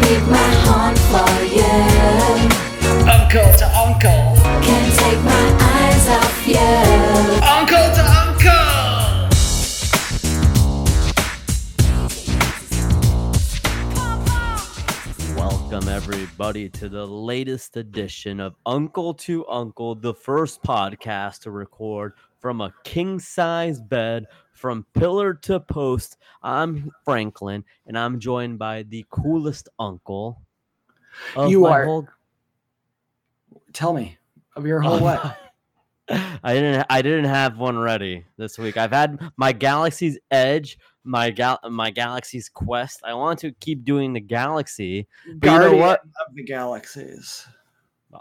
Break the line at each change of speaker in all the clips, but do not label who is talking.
take my heart for you.
Uncle to uncle.
Can't take my eyes off you.
Uncle to uncle.
Welcome, everybody, to the latest edition of Uncle to Uncle, the first podcast to record from a king size bed from pillar to post. I'm Franklin, and I'm joined by the coolest uncle. of
You
my
are
whole-
Tell me of your whole
of
Oh, what?
my- I didn't. I didn't have one ready this week. I've had my Galaxy's Edge, my gal, my Galaxy's Quest. I want to keep doing the Galaxy. But you know
Guardian
what?
of the galaxies.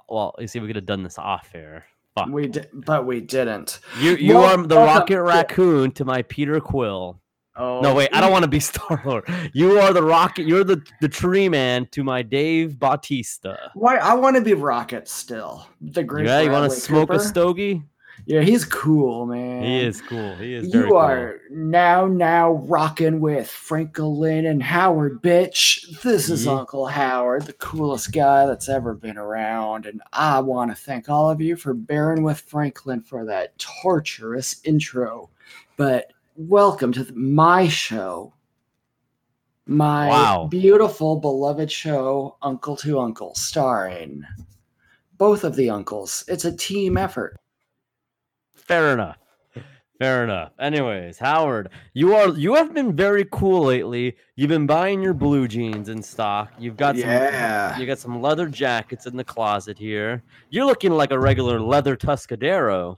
Well, you see, we could have done this off air. Fuck.
We did, but we didn't.
You you
Well,
are the
welcome
Rocket
to-
Raccoon to my Peter Quill.
Oh
No, wait, I don't want to be Star Lord. You are the Rocket. You're the the Tree Man to my Dave Bautista.
Why? I want to be Rocket still. The great.
yeah, you want to
Bradley
smoke a
Cooper.
stogie?
Yeah, he's cool, man.
He is cool. He is.
You
very cool.
are now now rocking with Franklin and Howard, bitch. This is
Ye-
Uncle Howard, the coolest guy that's ever been around, and I want to thank all of you for bearing with Franklin for that torturous intro. But welcome to th- my show, my
Wow.
beautiful beloved show, Uncle to Uncle, starring both of the uncles. It's a team effort.
Fair enough. Fair enough. Anyways, Howard, you are you have been very cool lately. You've been buying your blue jeans in stock. You've got
Yeah.
some you got some leather jackets in the closet here. You're looking like a regular leather Tuscadero.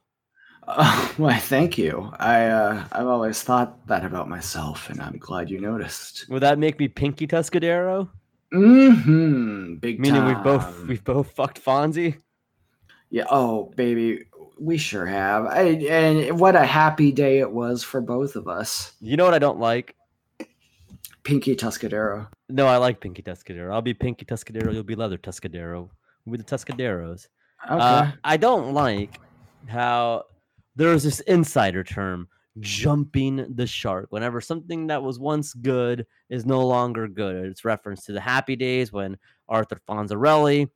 Uh, why, thank you. I uh, I've always thought that about myself, and I'm glad you noticed.
Would that make me Pinky Tuscadero?
Mm-hmm. Big
Meaning
time.
we've both we've both fucked Fonzie.
yeah. Oh, baby, we sure have. I, and what a happy day it was for both of us.
You know what I don't like?
Pinky Tuscadero.
No, I like Pinky Tuscadero. I'll be Pinky Tuscadero. You'll be leather Tuscadero. We'll be the Tuscaderos.
Okay.
Uh, I don't like how there's this insider term jumping the shark whenever something that was once good is no longer good it's reference to the happy days when arthur fonzarelli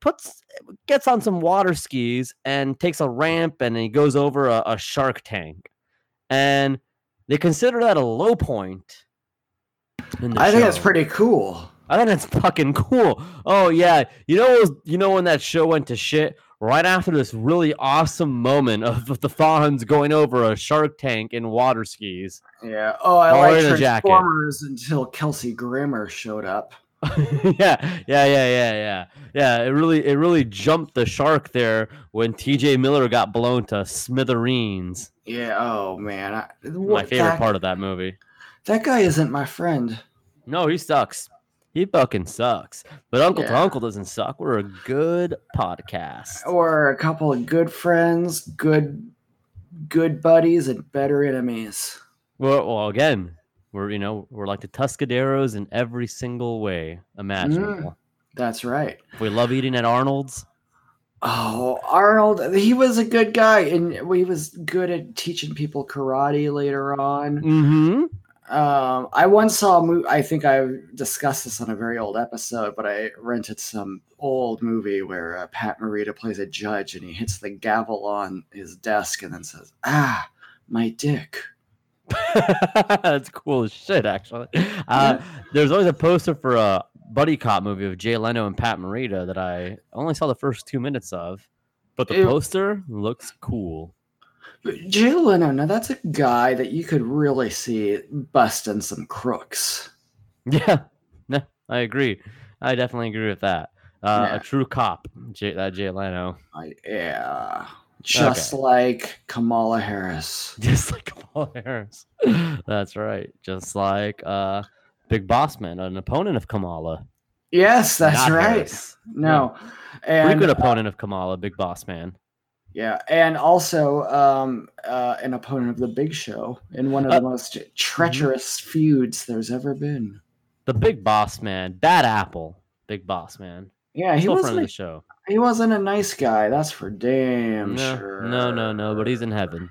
puts gets on some water skis and takes a ramp and he goes over a, a shark tank and they consider that a low point in the
I think that's
show.
pretty cool.
I think that's Oh, fucking cool. Oh yeah, you know, what was, you know when that show went to shit right after this really awesome moment of the Fonz going over a shark tank in water skis.
Yeah. Oh, I
I'll
like
wear the jacket.
Transformers until Kelsey Grammer showed up.
yeah, yeah, yeah, yeah, yeah, yeah. It really, it really jumped the shark there when T.J. Miller got blown to smithereens.
Yeah. Oh man. I,
My
what-
favorite
that-
part of that movie.
That guy isn't my friend.
No, he sucks. He fucking sucks. But Uncle to
Yeah.
Uncle doesn't suck. We're a good podcast.
or a couple of good friends, good good buddies, and better enemies.
Well, well, again, we're you know we're like the Tuscaderos in every single way
Mm.
imaginable.
That's right.
We love eating at Arnold's.
Oh, Arnold, he was a good guy, and he was good at teaching people karate later on.
Mm-hmm.
Um, I once saw a movie. I think I discussed this on a very old episode, but I rented some old movie where uh, Pat Morita plays a judge, and he hits the gavel on his desk, and then says, "Ah, my dick."
That's cool as shit, actually. Uh, there's always a poster for a buddy cop movie of Jay Leno and Pat Morita that I only saw the first two minutes of, but the
Ew.
poster looks cool.
But Jay Leno, now that's a guy that you could really see busting some crooks.
Yeah, no, I agree. I definitely agree with that. Uh,
Yeah.
A true cop, Jay, that Jay Leno,
I, yeah. Just like Kamala Harris.
just like Paul Harris. That's right, just like uh, Big Boss Man, an opponent of Kamala.
Yes, that's
not
right.
Harris.
No.
Pretty good
And uh,
opponent of Kamala, Big Boss Man.
yeah, and also um, uh, an opponent of the Big Show in one of the
Uh,
most treacherous feuds there's ever been.
The Big Boss Man, Bad Apple, Big Boss Man.
Yeah, he
Still
wasn't,
friend of
a,
the show.
he wasn't a nice guy, that's for damn
no,
sure.
no, no, no, but he's in heaven.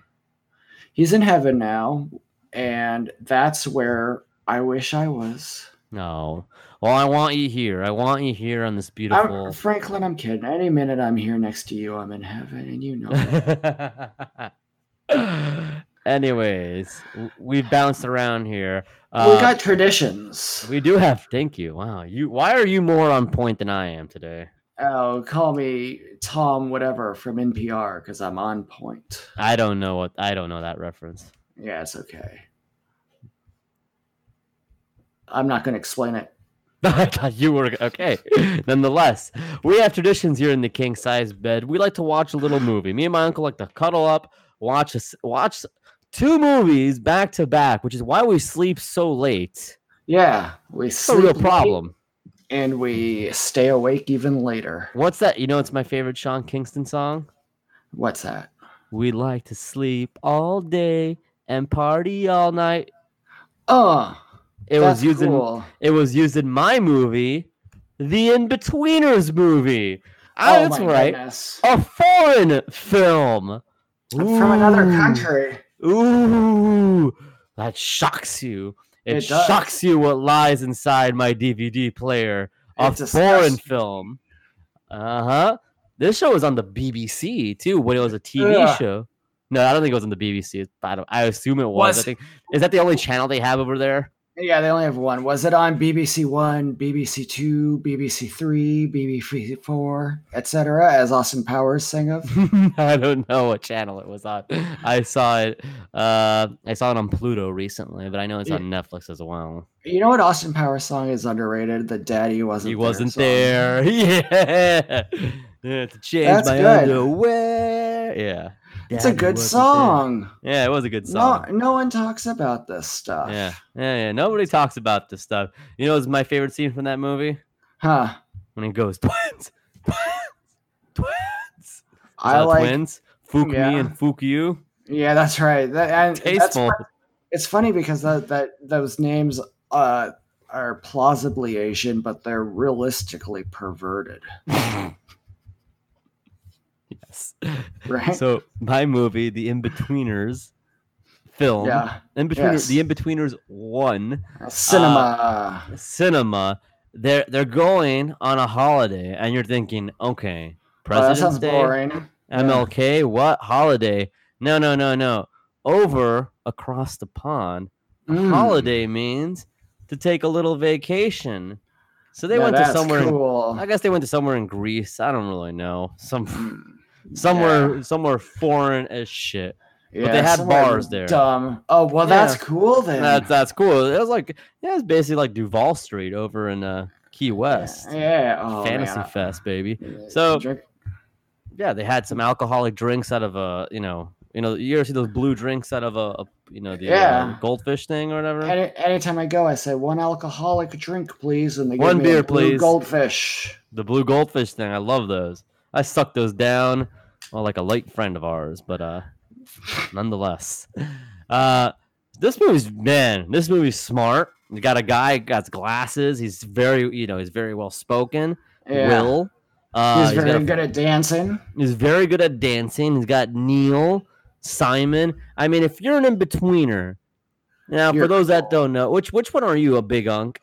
he's in heaven now and that's where i wish i was
No. Well, I want you here. I want you here on this beautiful.
I'm, Franklin, I'm kidding. Any minute I'm here next to you, I'm in heaven, and you know it.
Anyways, w- we bounced around here.
we
Uh,
got traditions.
we do have. Thank you. Wow. You. Why are you more on point than I am today?
Oh, call me Tom, whatever from NPR, because I'm on point.
I don't know what. I don't know that reference.
Yeah, it's okay. I'm not going to explain it.
I thought you were okay. Nonetheless, we have traditions here in the king size bed. We like to watch a little movie. Me and my uncle like to cuddle up, watch us watch two movies back to back, which is why we sleep so late.
Yeah, we
It's a real
sleep late
problem.
and we stay awake even later.
What's that? You know, it's my favorite Sean Kingston song.
What's that?
We like to sleep all day and party all night.
Oh,
It
that's
was used in
cool.
it was used in my movie, the Inbetweeners movie. Ah,
oh
that's
my
right.
goodness.
a foreign film
From another
Ooh,
country.
Ooh, that shocks you. It,
It does.
shocks you what lies inside my DVD player. A
It's
foreign
disgusting.
film. Uh huh. This show was on the BBC too when it was a TV
Ugh.
show. No, I don't think it was on the BBC. I, don't, I assume it was. I
Was-
think is that the only channel they have over there?
Yeah, they only have one. Was it on BBC One, BBC Two, BBC Three, BBC Four, etc., as Austin Powers sang of?
I don't know what channel it was on. I saw it. Uh, I saw it on Pluto recently, but I know it's
Yeah.
on Netflix as well.
You know what Austin Powers song is underrated? The Daddy Wasn't
he
There
wasn't
song.
there. Yeah. Yeah, to change
That's
my
good.
underwear. Yeah.
It's a
Daddy wasn't
good
there.
song.
Yeah, it was a good
No,
song.
no one talks about this stuff.
Yeah. Yeah, yeah. Nobody talks about this stuff. You know, it's my favorite scene from that movie
Huh.
when he goes twins, twins, twins.
I
Saw
like.
twins. Fook me
yeah.
and fook you.
Yeah, that's right. That, and that's
Tasteful.
it's funny because that that those names uh are plausibly Asian, but they're realistically perverted,
yes.
right?
So my movie, The Inbetweeners film,
yeah,
Inbetweener,
yes.
The Inbetweeners one
cinema.
Uh, cinema. They're they're going on a holiday, and you're thinking, okay,
Oh, that
President's
sounds
Day,
boring.
MLK, what holiday? No, no, no, no. Over across the pond,
Mm.
holiday means to take a little vacation. So they
Now
went to
that's
somewhere. in-
Cool.
I guess they went to somewhere in Greece. I don't really know. Some
Mm.
somewhere somewhere foreign as shit.
Yeah,
they had
somewhere
bars there.
Dumb. Oh well, that's
Yeah.
cool then.
That's that's cool. It was like yeah, it's basically like Duval Street over in uh, Key West.
Yeah. yeah. Oh,
Fantasy
man.
Fest, baby.
Yeah,
So-
drink-
Yeah, they had some alcoholic drinks out of a you know you know you ever see those blue drinks out of a, a you know the uh,
Yeah.
goldfish thing or whatever.
Any, anytime I go, I say one alcoholic drink, please, and they give
One
me a
beer,
blue
please.
Goldfish.
the blue goldfish thing. I love those. I suck those down. Well, like a late friend of ours, but uh, nonetheless, uh, this movie's man. This movie's smart. You got a guy got glasses. He's very you know he's very well spoken.
Yeah.
Will. Uh,
He's
he's
very
got a-
good at dancing.
he's very good at dancing. He's got Neil, Simon. I mean, if you're an in betweener, now for
You're
those that
cool.
don't know, which which one are you a big unk?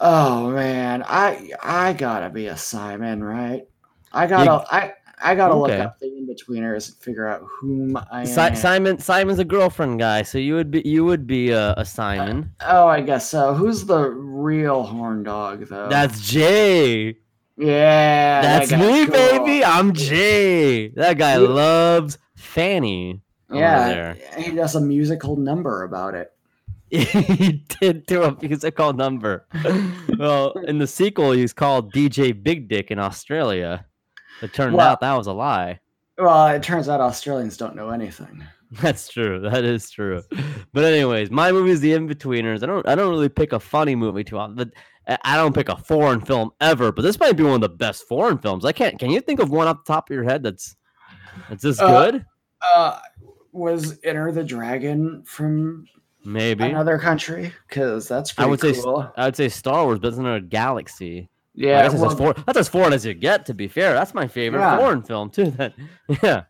Oh man, I I gotta be a Simon, right? I gotta I I gotta
Okay.
look up the in betweeners and figure out whom I
Si-
am.
Simon Simon's a girlfriend guy, so you would be you would be a, a Simon.
oh, I guess so. Who's the real horn dog though?
That's Jay.
yeah, Uh, that
That's me,
guy's cool.
baby. I'm Jay. That guy
You-
loves Fanny. over
Yeah,
there.
he does a musical number about it.
he did do a musical number. well, in the sequel, he's called DJ Big Dick in Australia. It turned
Well-
out that was a lie.
Well, it turns out Australians don't know anything.
That's true. That is true. But anyways, my movie is The Inbetweeners. I don't. I don't really pick a funny movie too often. But I- I don't pick a foreign film ever. But this might be one of the best foreign films. I can't. Can you think of one off the top of your head that's that's this
Uh,
good?
Uh, was Enter the Dragon from
Maybe.
another country? Because that's
I
pretty
would say s-
cool.
I would say Star Wars, but it's another galaxy. Yeah,
yeah,
that's,
well,
as foreign, that's as foreign as you get. To be fair, that's my favorite
Yeah.
foreign film too. That, yeah,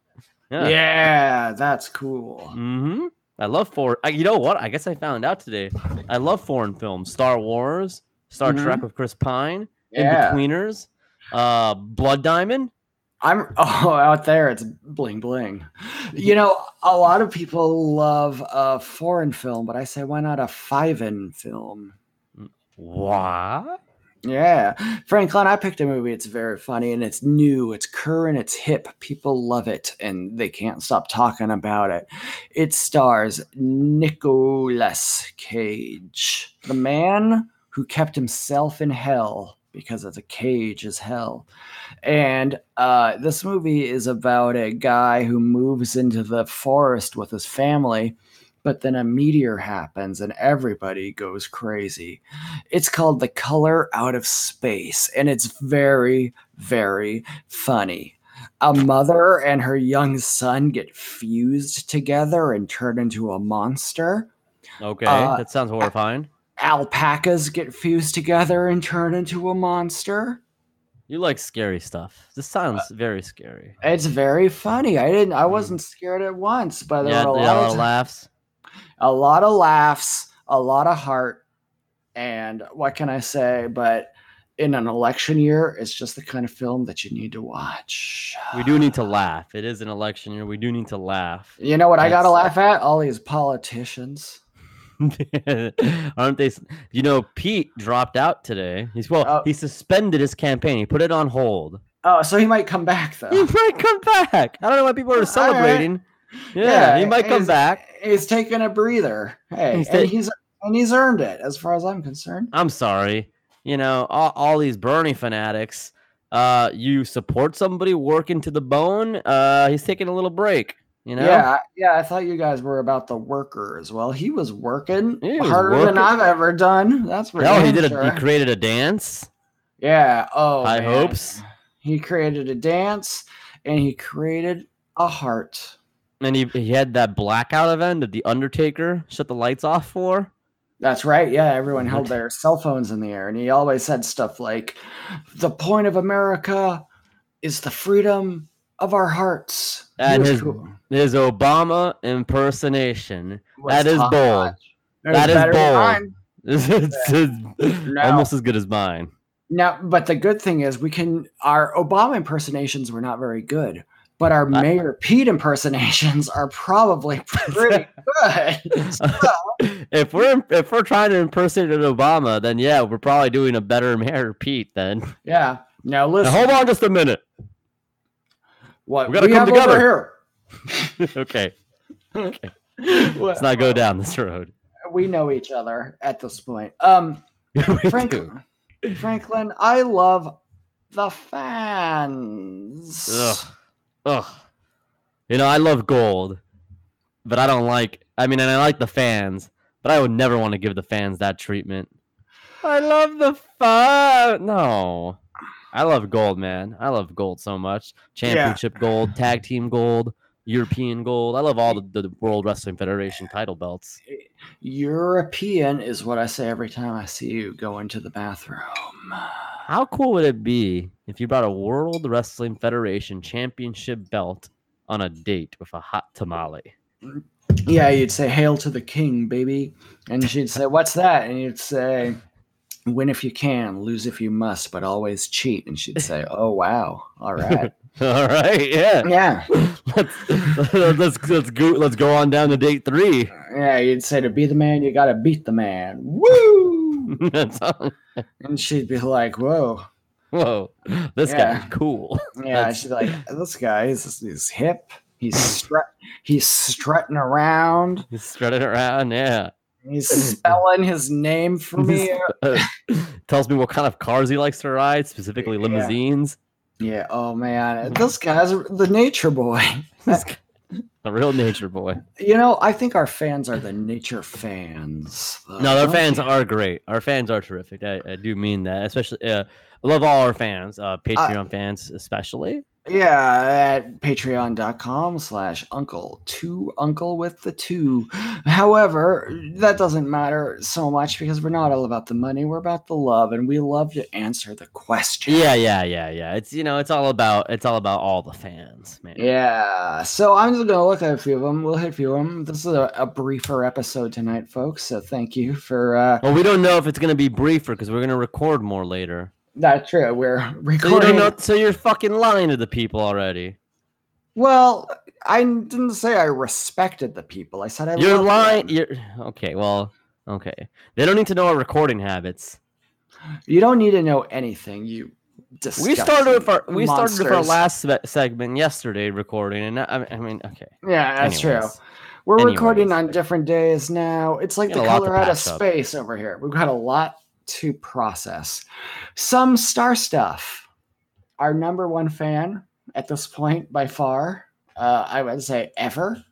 yeah, that's cool.
hmm I love foreign. I, you know what? I guess I found out today. I love foreign films: Star Wars, Star
Mhm.
Trek with Chris Pine,
Yeah.
In Betweeners, uh, Blood Diamond.
I'm oh out there it's bling bling. You know, a lot of people love a foreign film, but I say why not a five-in film?
What?
Yeah. Franklin, I picked a movie. It's very funny and it's new, it's current, it's hip. People love it and they can't stop talking about it. It stars Nicolas Cage, the man who kept himself in hell because it's a cage is hell. And uh, this movie is about a guy who moves into the forest with his family, but then a meteor happens and everybody goes crazy. It's called The Color Out of Space, and it's very, very funny. A mother and her young son get fused together and turn into a monster.
Okay,
Uh,
that sounds horrifying.
Alpacas get fused together and turn into a monster.
You like scary stuff. This sounds
Uh,
very scary.
It's very funny. I didn't. I wasn't scared at once, but there
Yeah,
were a
yeah,
lot, of,
laughs.
a lot of laughs, a lot of heart, and what can I say? But in an election year, it's just the kind of film that you need to watch.
We do need to laugh. It is an election year. We do need to laugh.
You know what I gotta
That's-
laugh at? All these politicians.
Aren't they? s- You know, Pete dropped out today. He's well.
Oh.
He suspended his campaign. He put it on hold.
Oh, so he might come back though.
He might come back. I don't know why people
All
are
right.
celebrating. Yeah, he might come
he's-
back.
He's taking a breather. Hey,
He's
and
ta-
he's and he's earned it, as far as I'm concerned.
I'm sorry. You know, all, all these Bernie fanatics. Uh, you support somebody working to the bone. Uh, he's taking a little break. You know.
Yeah, I- yeah. I thought you guys were about the workers. Well, he was working
He was
harder
working.
than I've ever done. That's for
Hell, he
damn
did. A,
sure.
he created a dance.
yeah. Oh,
high
man.
hopes.
He created a dance, and he created a heart.
And he, he had that blackout event that the Undertaker shut the lights off for.
That's right. Yeah, everyone held
What?
their cell phones in the air, and he always said stuff like, "The point of America is the freedom of our hearts." He
And
was
his
cool.
His Obama impersonation.
Was
that is
top
bold.
notch. It was
That is
better than
bold.
mine.
It's, it's- it's
No.
almost as good as mine.
Now, but the good thing is, we can our Obama impersonations were not very good, but our Mayor Pete impersonations are probably pretty good.
if we're if we're trying to impersonate an Obama, then yeah, we're probably doing a better Mayor Pete. Then
yeah. Now
Now,
listen,
hold on just a minute.
what
we
we
gotta come
have
together.
over here.
okay, let's
Well,
not go down this road.
we know each other at this point. Um.
We do.
Franklin, Franklin, I love the fans.
Ugh. Ugh. You know, I love gold, but I don't like. I mean, and I like the fans, but I would never want to give the fans that treatment. I love the fun. No, I love gold, man. I love gold so much. Championship gold, tag team gold, European gold. I love all the, the World Wrestling Federation title belts.
European is what I say every time I see you go into the bathroom.
How cool would it be if you brought a World Wrestling Federation championship belt on a date with a hot tamale?
Yeah, you'd say, Hail to the king, baby. And she'd say, What's that? And you'd say, Win if you can, lose if you must, but always cheat. And she'd say, Oh, wow. All right.
All right, yeah.
yeah.
let's let's let's go let's go on down to date three.
Yeah, you'd say, To be the man, you got to beat the man. Woo!
That's all-
And she'd be like, Whoa.
Whoa, this
Yeah.
guy's cool.
Yeah,
That's-
she's like, this guy is he's hip. He's strut. He's strutting around.
He's strutting around, yeah.
He's spelling his name for me.
Uh, tells me what kind of cars he likes to ride, specifically
Yeah.
limousines.
Yeah. Oh man, this guy's the nature boy.
This guy- a real nature boy.
You know, I think our fans are the nature fans. though,
No, our
Uh, don't
fans
you?
are great. Our fans are
Uh,
terrific. I, I do mean that, especially. Uh, I love all our fans, uh, Patreon fans especially.
Yeah, at patreon.com slash uncle two uncle with the two. However, that doesn't matter so much because we're not all about the money, we're about the love, and we love to answer the question.
Yeah, yeah, yeah, yeah. It's you know, it's all about it's all about all the fans, man.
Yeah, so I'm just gonna look at a few of them. We'll hit a few of them. This is a, a briefer episode tonight, folks. So thank you for uh
Well, we don't know if it's gonna be briefer because we're gonna record more later.
that's true. We're
So you
recording.
don't know, so you're fucking lying to the people already.
Well, I didn't say I respected the people. I said I
You're
loved
lying.
them.
You're okay. Well, okay. They don't need to know our recording habits.
You don't need to know anything. You
We started with
disgusting
our we started with our
monsters.
last se- segment yesterday recording, and I, I mean, okay.
Yeah, that's
Anyways.
true. We're
Anyways.
recording on different days now. It's like
Got
the
a lot to
color out of
patch up.
space over here. We've got a lot to process. Some star stuff. Our number one fan at this point by far. Uh, I would say ever.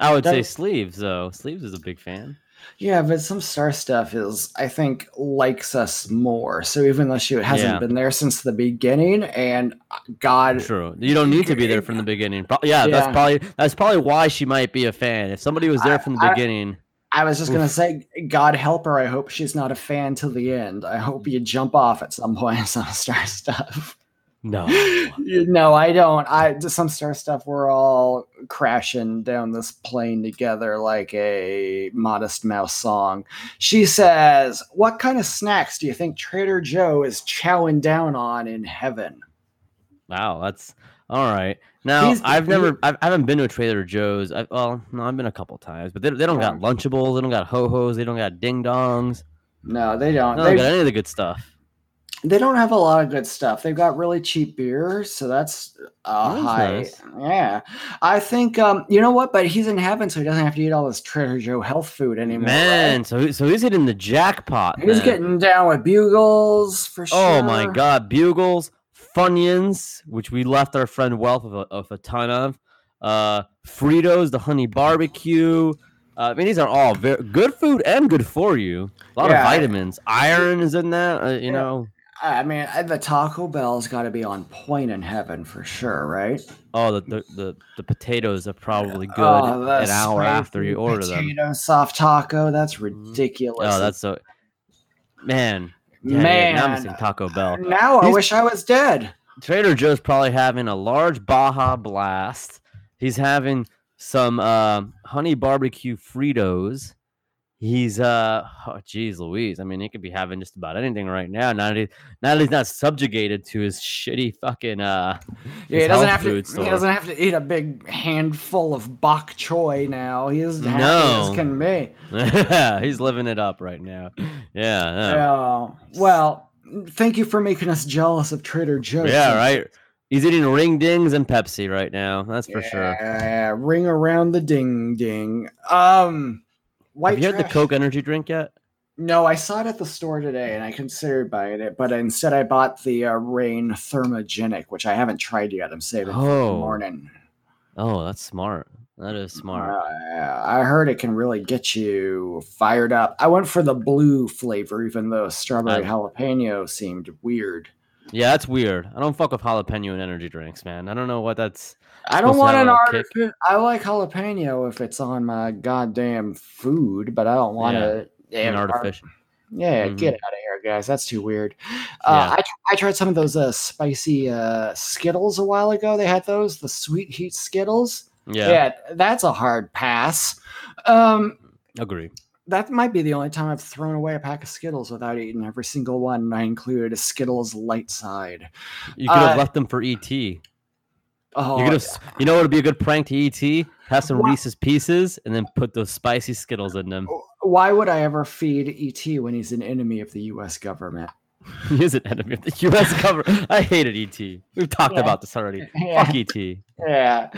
I would say
Don't-
sleeves though. Sleeves is a big fan.
Yeah, but some star stuff is, I think, likes us more. So even though she hasn't
Yeah.
been there since the beginning, and uh, God,
True. You don't need to be there from the beginning. Pro- yeah,
Yeah.
that's probably that's probably why she might be a fan. If somebody was
I-
there from the
I-
beginning,
I was just gonna
Oof.
say, God help her. I hope she's not a fan till the end. I hope you jump off at some point. in Some star stuff.
no.
no, I don't. I just some star stuff. We're all crashing down this plane together like a Modest Mouse song. She says, "What kind of snacks do you think Trader Joe is chowing down on in heaven?"
Wow, that's all right. Now
He's-
I've
he-
never, I've, I haven't been to a Trader Joe's. I, well, no, I've been a couple times, but they, they don't got Lunchables, they don't got ho hos, they don't got ding dongs,
No, they
they
don't.
don't
They,
got any of the good stuff.
they don't have a lot of good stuff. They've got really cheap beer, so that's uh,
Oh, That's
high.
nice.
Yeah, I think um, you know what, but he's in heaven, so he doesn't have to eat all this Trader Joe health food anymore. right?
Man, so he- so he's hitting the jackpot.
he's
then.
getting down with bugles for sure.
Oh my God, bugles, Funyuns, which we left our friend Wealth of a, of a ton of, uh, Fritos, the honey barbecue. Uh, I mean, these are all very good food and good for you. A lot
Yeah.
of vitamins, iron is in that. Uh, you
Yeah.
know,
I mean, I- the Taco Bell's got to be on point in heaven for sure, right?
oh, the the, the, the potatoes are probably good
Oh, the
an hour
spicy
after you order them.
potato soft taco. That's
Mhm.
ridiculous.
Oh, that's so man. Yeah, yeah,
man.
now I'm missing Taco Bell.
now I
He's-
wish I was dead.
Trader Joe's probably having a large Baja Blast. He's having some um honey barbecue Fritos. He's uh oh geez Louise. I mean, he could be having just about anything right now. Now that, he, now that he's not subjugated to his shitty fucking uh
Yeah, he
his
doesn't
health
have to.
food
He
store.
doesn't have to eat a big handful of bok choy now. He is happy as
No.
can be.
he's living it up right now. Yeah.
Oh, well, thank you for making us jealous of Trader
Yeah,
Joe's.
yeah right. He's eating ring dings and Pepsi right now. That's for sure.
Yeah, ring around the ding ding. Um, white.
Have you had the
trash-
Coke energy drink yet?
No, I saw it at the store today, and I considered buying it, but instead I bought the uh, Rain Thermogenic, which I haven't tried yet. I'm saving for the
Oh.
morning.
Oh, that's smart. That is smart.
Uh, I heard it can really get you fired up. I went for the blue flavor, even though strawberry
I-
jalapeno seemed weird.
Yeah, that's weird. I don't fuck with jalapeno and energy drinks, man. I don't know what that's.
I don't
supposed to
want
have
an
a
art.
kick.
I like jalapeno if it's on my goddamn food, but I don't want
Yeah,
to.
An artificial.
Yeah,
Mhm.
get out of here, guys. That's too weird. Uh,
Yeah.
I, tr- I tried some of those uh, spicy uh, Skittles a while ago. They had those, the sweet heat Skittles.
Yeah,
Yeah, that's a hard pass. Um,
agree.
that might be the only time I've thrown away a pack of Skittles without eating every single one. and I included a Skittles light side.
You could have
Uh,
left them for ET. You
Oh,
could have. s- You know what would be a good prank to ET? Have some
Wha-
Reese's Pieces and then put those spicy Skittles in them.
Oh. why would I ever feed ET when he's an enemy of the U.S. government?
He is an enemy of the U.S. government. I hated ET. We've talked
Yeah.
about this already. Fuck E ET.
Yeah.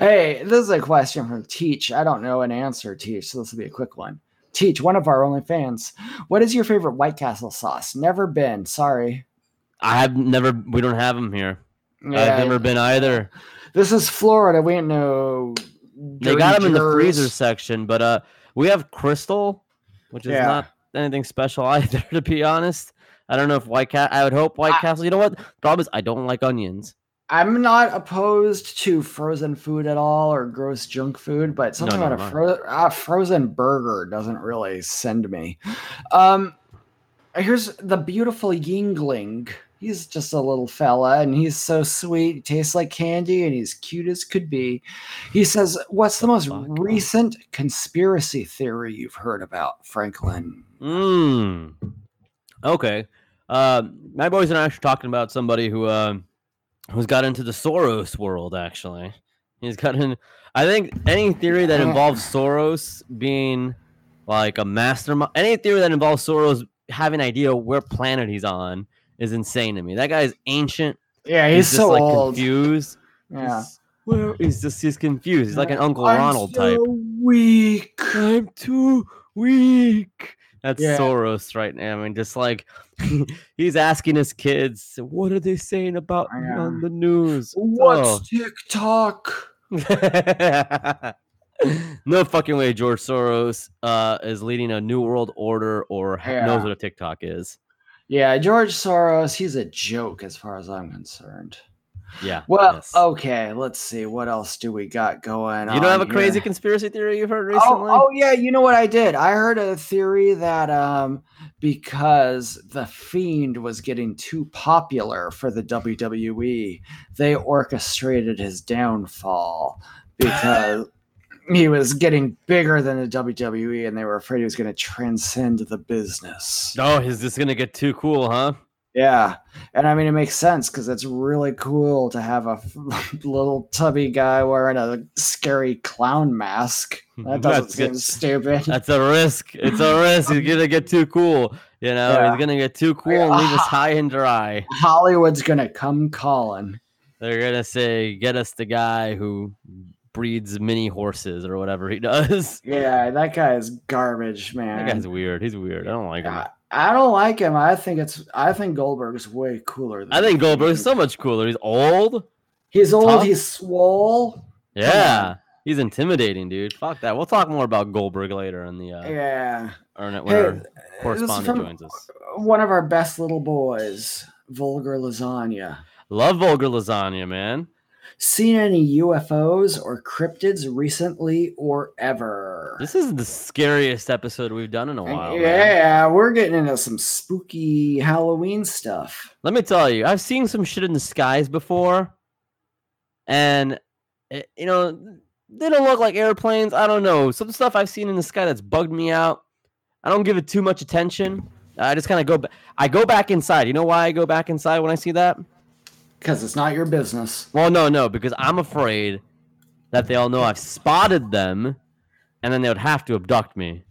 Hey, this is a question from Teach. I don't know an answer, Teach, so this will be a quick one. Teach, one of our only fans. What is your favorite White Castle sauce? Never been. Sorry.
I have never. We don't have them here. I've never been either.
This is Florida. We ain't no.
They got them in the freezer section, but uh, we have Crystal, which is
Yeah.
not anything special either, to be honest. I don't know if White Cat. I would hope White
I-
Castle. You know what? Problem is, I don't like onions.
I'm not opposed to frozen food at all or gross junk food, but something
no,
about
no.
a, fro- a frozen burger doesn't really send me. Um, here's the beautiful Yingling. He's just a little fella and he's so sweet. He tastes like candy and he's cute as could be. He says, What's the,
The
most
fuck?
recent conspiracy theory you've heard about, Franklin?
Mm. Okay. Um, my boys and I are actually talking about somebody who um who's got into the Soros world. Actually, he's gotten. I think any theory that involves Soros being like a mastermind, any theory that involves Soros having an idea where planet he's on is insane to me. That guy is ancient.
Yeah,
He's,
he's,
just
so
like
old.
confused.
Yeah.
He's- Where he's just he's confused. He's like an Uncle
I'm
Ronald type.
so Weak.
I'm too weak. That's
Yeah.
Soros right now. I mean, just like he's asking his kids, what are they saying about me
Yeah.
on the news? Oh.
What's TikTok?
no fucking way George Soros uh, is leading a new world order or ha- knows
Yeah.
what a TikTok is.
Yeah, George Soros, he's a joke as far as I'm concerned.
Yeah.
Well, oh,
yes.
okay, let's see. What else do we got going on?
you don't have a
here?
crazy conspiracy theory you've heard recently?
Oh, oh, yeah, you know what I did? I heard a theory that um because the fiend was getting too popular for the WWE, they orchestrated his downfall because he was getting bigger than the WWE and they were afraid he was going to transcend the business.
Oh, he's just going to get too cool, huh?
Yeah. And I mean, it makes sense because it's really cool to have a little tubby guy wearing a scary clown mask. That doesn't
That's
seem
good.
stupid.
That's a risk. It's a risk. He's gonna get too cool. You know,
Yeah.
he's gonna get too cool and leave us high and dry.
Hollywood's going to come calling.
They're gonna say, "Get us the guy who breeds mini horses or whatever he does."
Yeah, that guy is garbage, man.
That guy's weird. He's weird. I don't like him.
I, I don't like him. I think it's. I think Goldberg's way cooler. Than
I think Goldberg's
Fiend.
so much cooler. He's old.
He's old.
tough.
He's swole.
Yeah, he's intimidating, dude. Fuck that. We'll talk more about Goldberg later in the uh,
Yeah.
or in- when
Hey,
our correspondent
from-
joins us.
One of our best little boys, Vulgar Lasagna.
Love vulgar lasagna, man.
Seen any UFOs or cryptids recently or ever?
This is the scariest episode we've done in a while. man.
yeah, we're getting into some spooky Halloween stuff.
Let me tell you, I've seen some shit in the skies before, and eh, you know they don't look like airplanes. I don't know some stuff I've seen in the sky that's bugged me out. I don't give it too much attention. I just kind of go. Ba- I go back inside. You know why I go back inside when I see that?
Because it's not your business.
Well, no, no, because I'm afraid that they all know I've spotted them, and then they would have to abduct me.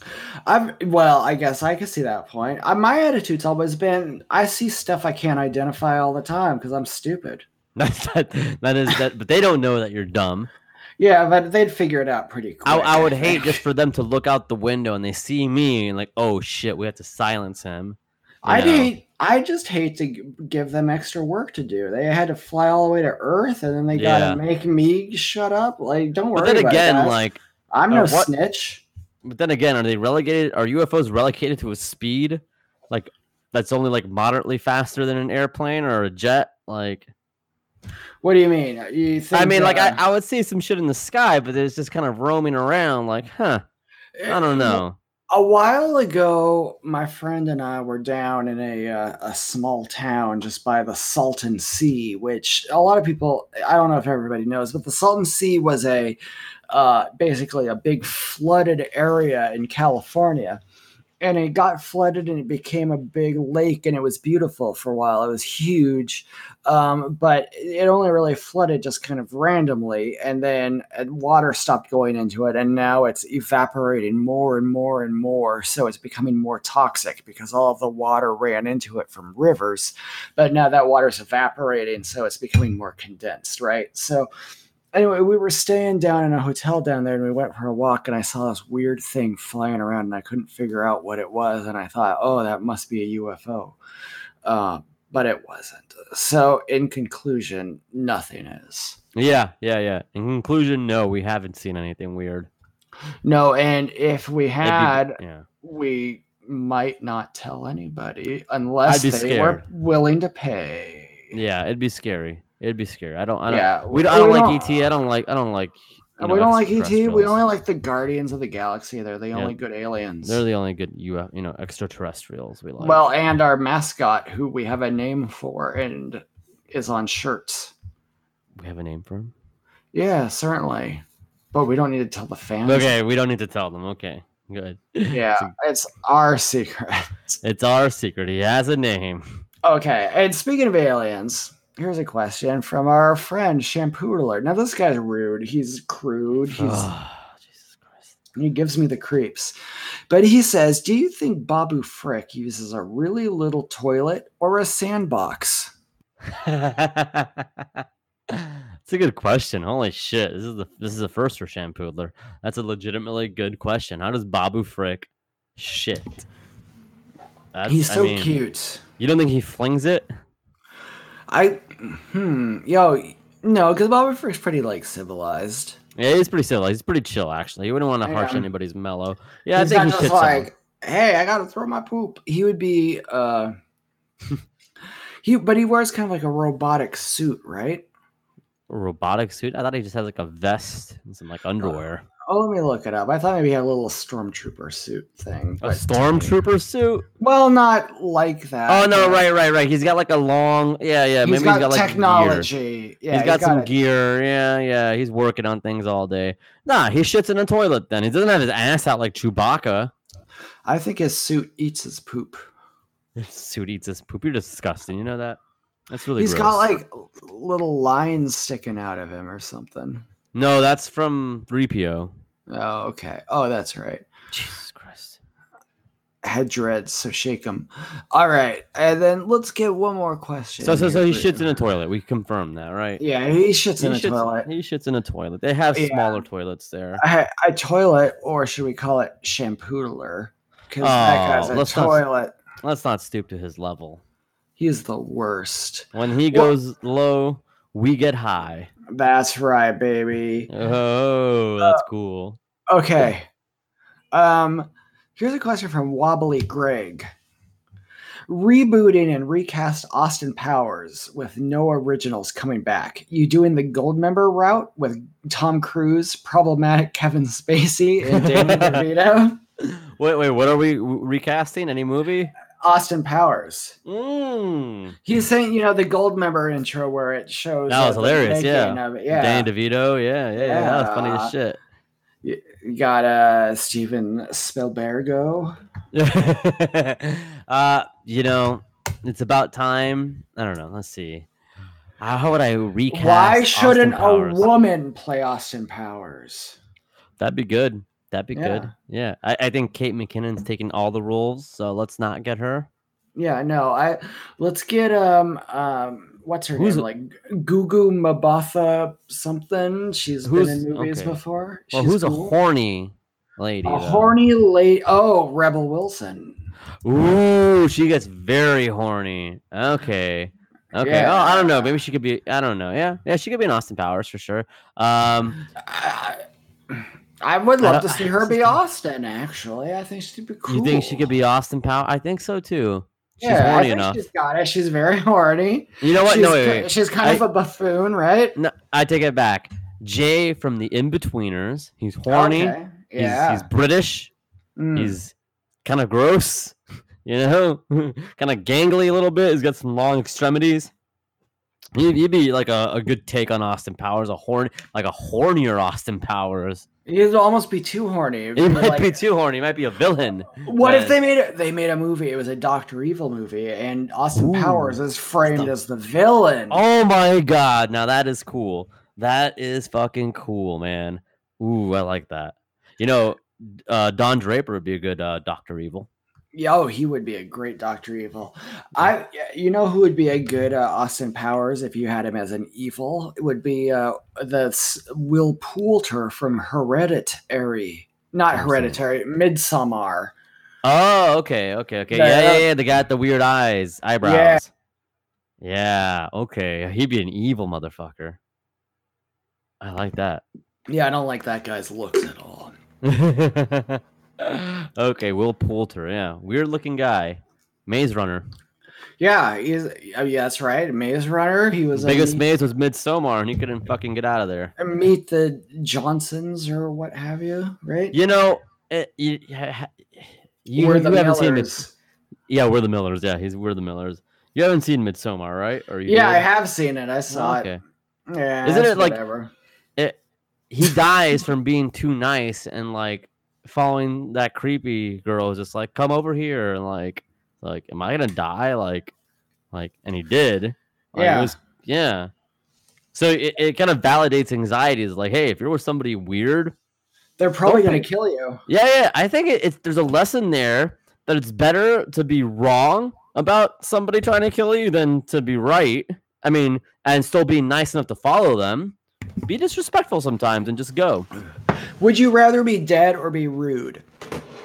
I've well, I guess I could see that point. I, my attitude's always been I see stuff I can't identify all the time because I'm stupid.
That's that. That is that. But they don't know that you're dumb.
Yeah, but they'd figure it out pretty quick.
I, I would
think.
hate just for them to look out the window and they see me and like, oh shit, we have to silence him. you
I
know?
hate. I just hate to g- give them extra work to do. They had to fly all the way to Earth, and then they
Yeah.
gotta make me shut up. Like, don't worry.
But then
about
again,
it, guys.
like,
I'm
uh,
no
what-
snitch.
but then again, are they relegated? Are UFOs relegated to a speed like that's only like moderately faster than an airplane or a jet? Like,
What do you mean? You think,
I mean, like I,
uh,
I would see some shit in the sky, but it's just kind of roaming around. Like, huh? I don't know.
A while ago, my friend and I were down in a uh, a small town just by the Salton Sea, which a lot of people I don't know if everybody knows, but the Salton Sea was a uh, basically a big flooded area in California. And it got flooded and it became a big lake, and it was beautiful for a while. It was huge, um, but it only really flooded just kind of randomly. And then uh, water stopped going into it, and now it's evaporating more and more and more. So it's becoming more toxic because all of the water ran into it from rivers. But now that water's evaporating, so it's becoming more condensed, right? So anyway, we were staying down in a hotel down there and we went for a walk and I saw this weird thing flying around and I couldn't figure out what it was. And I thought, oh, that must be a UFO. Uh, but it wasn't. So, in conclusion, nothing is.
Yeah, yeah, yeah. In conclusion, no, we haven't seen anything weird.
No, and if we
It'd be-
had,
yeah.
we might not tell anybody unless
be
they were
scared.
willing to pay.
Yeah, it'd be scary. It'd be scary. I don't. I don't.
yeah,
We, don't- I don't like ET. I don't like. I don't like. you
And
know,
we don't like ET. We
extraterrestrials.
only like the Guardians of the Galaxy. They're the
Yeah.
only good aliens.
They're the only good you you know extraterrestrials we like.
well, and our mascot, who we have a name for, and is on shirts.
we have a name for him.
Yeah, certainly. But we don't need to tell the fans.
Okay, we don't need to tell them. Okay, good.
Yeah, it's our secret.
It's our secret. He has a name.
Okay, and speaking of aliens, here's a question from our friend Shampoodler. Now this guy's rude. He's crude. He's
Ah, Jesus Christ.
He gives me the creeps. But he says, Do you think Babu Frick uses a really little toilet or a sandbox?
It's a good question. Holy shit! This is the this is the first for Shampoodler. That's a legitimately good question. How does Babu Frick shit? That's,
He's
I
so
mean,
cute.
You don't think he flings it?
I, hmm, yo, no, because Babu Frick's pretty like civilized.
Yeah, he's pretty civilized. He's pretty chill, actually. He wouldn't want to harsh
Yeah.
anybody's mellow. Yeah,
He's
I think
not
he
just
shits on him.
like, hey, I gotta throw my poop. He would be, uh, he, but he wears kind of like a robotic suit, right?
a robotic suit. I thought he just has like a vest and some like underwear.
Oh, let me look it up. I thought maybe he had a little stormtrooper suit thing.
A
but-
stormtrooper suit?
Well, not like that.
Oh no!
but-
Right, right, right. He's got like a long. Yeah, yeah.
he's
Maybe
got,
he's got like gear.
technology. Yeah,
he's got, some
it.
gear. Yeah, yeah. He's working on things all day. Nah, he shits in a toilet. Then he doesn't have his ass out like Chewbacca.
I think his suit eats his poop.
Suit eats his poop. You're disgusting. You know that? That's really.
He's
gross.
got like little lines sticking out of him or something.
No, that's from 3PO.
Oh, okay. Oh, that's right.
Jesus Christ.
Head dreads, so shake him. All right, and then let's get one more question.
So, so, so he
here for
shits in a
you.
toilet. We confirm that, right?
Yeah, he shits
He
in a
shits,
toilet.
he shits in a toilet. They have
Yeah.
smaller toilets there.
I, I toilet, or should we call it shampoodler? Because that
Oh,
guy's a
let's not-
toilet.
Let's not stoop to his level.
He's the worst.
When he
Well-
goes low, we get high.
That's right, baby. Uh,
Oh, that's cool.
Okay. Um, here's a question from Wobbly Greg. Rebooting and recast Austin Powers with no originals coming back. You doing the gold member route with Tom Cruise, problematic Kevin Spacey, and Danny DeVito?
Wait, wait, what are we w- recasting? Any movie?
Austin Powers.
Mm.
He's saying, you know, the gold member intro where it shows
That was
the
hilarious,
making
yeah.
of it. Yeah.
Danny DeVito. Yeah, yeah, yeah. That was funny as
Yeah.
shit.
you got uh Steven Spielbergo.
uh, you know, it's about time. I don't know. Let's see. Uh, how would I recast?
Why
Austin
shouldn't a
Powers?
woman play Austin Powers?
That'd be good. That'd be
Yeah.
good. Yeah. I, I think Kate McKinnon's taking all the roles, so let's not get her.
Yeah, no, I let's get um um what's her
Who's
name?
it-
Like Gugu Mabatha something. She's been
Who's-
in movies
okay.
before.
Well,
She's
who's
cool.
a horny lady?
A
though?
horny lady? Oh, Rebel Wilson.
Ooh, she gets very horny. Okay. Okay. Oh, I don't know. Maybe she could be. I don't know. Yeah. Yeah. She could be an Austin Powers for sure. Um,
I, I- I would
I
love
don't-
to see
I
her
just
be
don't-
Austin. Actually, I think she'd be cool.
you think she could be Austin Power? I think so too. She's
yeah, I
horny
think
enough.
She's got it. She's very horny.
You know what?
She's,
no,
ki-
wait, wait.
she's kind
I-
of a buffoon, right?
No, I take it back. Jay from the Inbetweeners. He's horny.
Okay,
He's,
Yeah.
he's British.
Mm.
He's kind of gross, you know, kind of gangly a little bit. He's got some long extremities. He'd, he'd be like a, a good take on Austin Powers, a horn, like a hornier Austin Powers.
He'd almost be too horny.
He
but,
might
like-
be too horny. He might be a villain.
What if
Uh,
they made a, they made a movie? It was a Doctor Evil movie, and Austin
Ooh.
Powers is framed
The-
as the villain.
Oh my god! Now that is cool. That is fucking cool, man. Ooh, I like that. You know, d- uh, Don Draper would be a good uh, Doctor Evil.
Yo, he would be a great Doctor Evil. I, you know, who would be a good uh, Austin Powers if you had him as an evil? It would be uh, the s- Will Poulter from Hereditary, not
Who's that?
Hereditary, Midsommar.
Oh, okay, okay, okay.
Yeah,
Yeah, yeah,
that-
yeah. The guy with the weird eyes, eyebrows. Yeah. okay. He'd be an evil motherfucker. I like that.
Yeah, I don't like that guy's looks at all.
okay, Will Poulter. Yeah, weird looking guy. Maze Runner.
Yeah, he's. I mean, that's right. Maze Runner. He was
Biggest
in
maze was Midsommar, and he couldn't fucking get out of there.
Meet the Johnsons or what have you, right?
You know, it, you, ha- you,
Or
you haven't seen it.
Millers.
Yeah, we're the Millers. Yeah, he's we're the Millers. You haven't seen Midsommar, right? Or you
Yeah, I
did?
have seen it. I saw it.
Oh, okay.
Yeah,
Isn't
it's
it, like,
whatever.
He dies from being too nice and like following that creepy girl is just like, come over here and like like am I gonna die? Like like and he did. Like, it
Yeah.
was- yeah. So it, it kind of validates anxieties. Like, hey, if you're with somebody weird,
they're probably
don't
gonna
think-
kill you?
Yeah, yeah. I think it, it's there's a lesson there that it's better to be wrong about somebody trying to kill you than to be right. I mean, and still be nice enough to follow them. Be disrespectful sometimes and just go.
Would you rather be dead or be rude?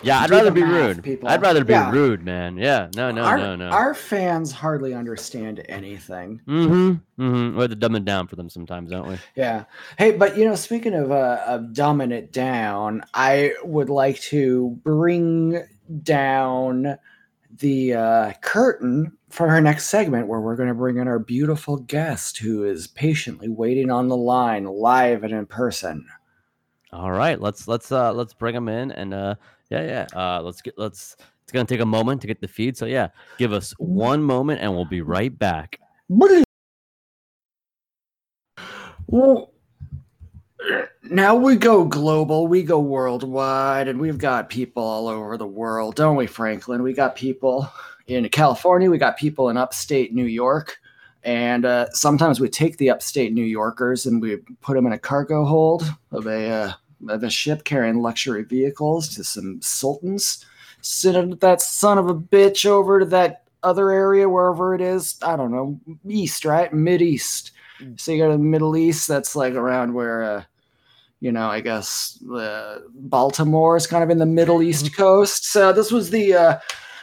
Yeah, I'd
Do the
rather be
math,
rude.
people.
I'd rather be
Yeah.
rude, man. Yeah, no, no,
our,
no, no.
Our fans hardly understand anything.
mm-hmm. Mm-hmm. We have to dumb it down for them sometimes, don't we?
Yeah. Hey, but you know, speaking of uh, of dumbing it down, I would like to bring down the uh, curtain for our next segment, where we're going to bring in our beautiful guest who is patiently waiting on the line, live and in person.
All right, let's let's uh let's bring them in and uh yeah yeah uh let's get let's it's gonna take a moment to get the feed. So yeah, give us one moment and we'll be right back.
Well, now we go global, we go worldwide, and we've got people all over the world, don't we, Franklin? We got people in California, we got people in upstate New York, and uh, sometimes we take the upstate New Yorkers and we put them in a cargo hold of a uh, of a ship carrying luxury vehicles to some sultans. Send that son of a bitch over to that other area, wherever it is. I don't know, east, right? Mid east. So you go to the Middle East. That's like around where, uh, you know, I guess uh, Baltimore is kind of in the Middle East coast. So this was the uh,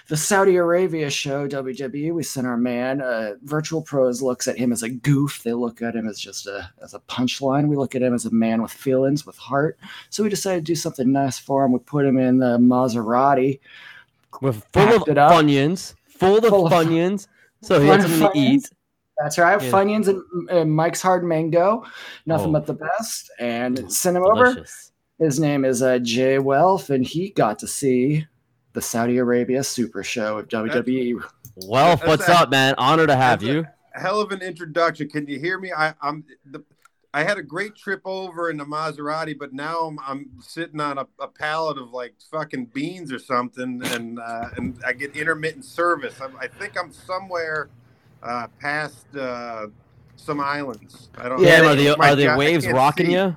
the Saudi Arabia show WWE. We sent our man. Uh, Virtual Pros looks at him as a goof. They look at him as just a as a punchline. We look at him as a man with feelings, with heart. So we decided to do something nice for him. We put him in the Maserati.
We're full of
packed it up.
funyuns, full of
Full of fun-
funyuns. So he had
fun
something to
funyuns.
eat.
That's right,
Yeah.
Funyuns and, and Mike's Hard Mango, nothing
Oh.
but the best. And sent him over.
Delicious.
His name is uh, Jay Welf, and he got to see the Saudi Arabia Super Show of E. WWE.
Well,
That's
what's
a-
up, man? Honor to have
that's a-
you.
hell of an introduction. Can you hear me? I, I'm the, I had a great trip over in the Maserati, but now I'm, I'm sitting on a, a pallet of like fucking beans or something, and uh, and I get intermittent service. I'm, I think I'm somewhere uh, past uh, some islands. I don't.
Yeah,
Damn,
know.
are the
My
are the
God, I
waves
can't
rocking
see.
you?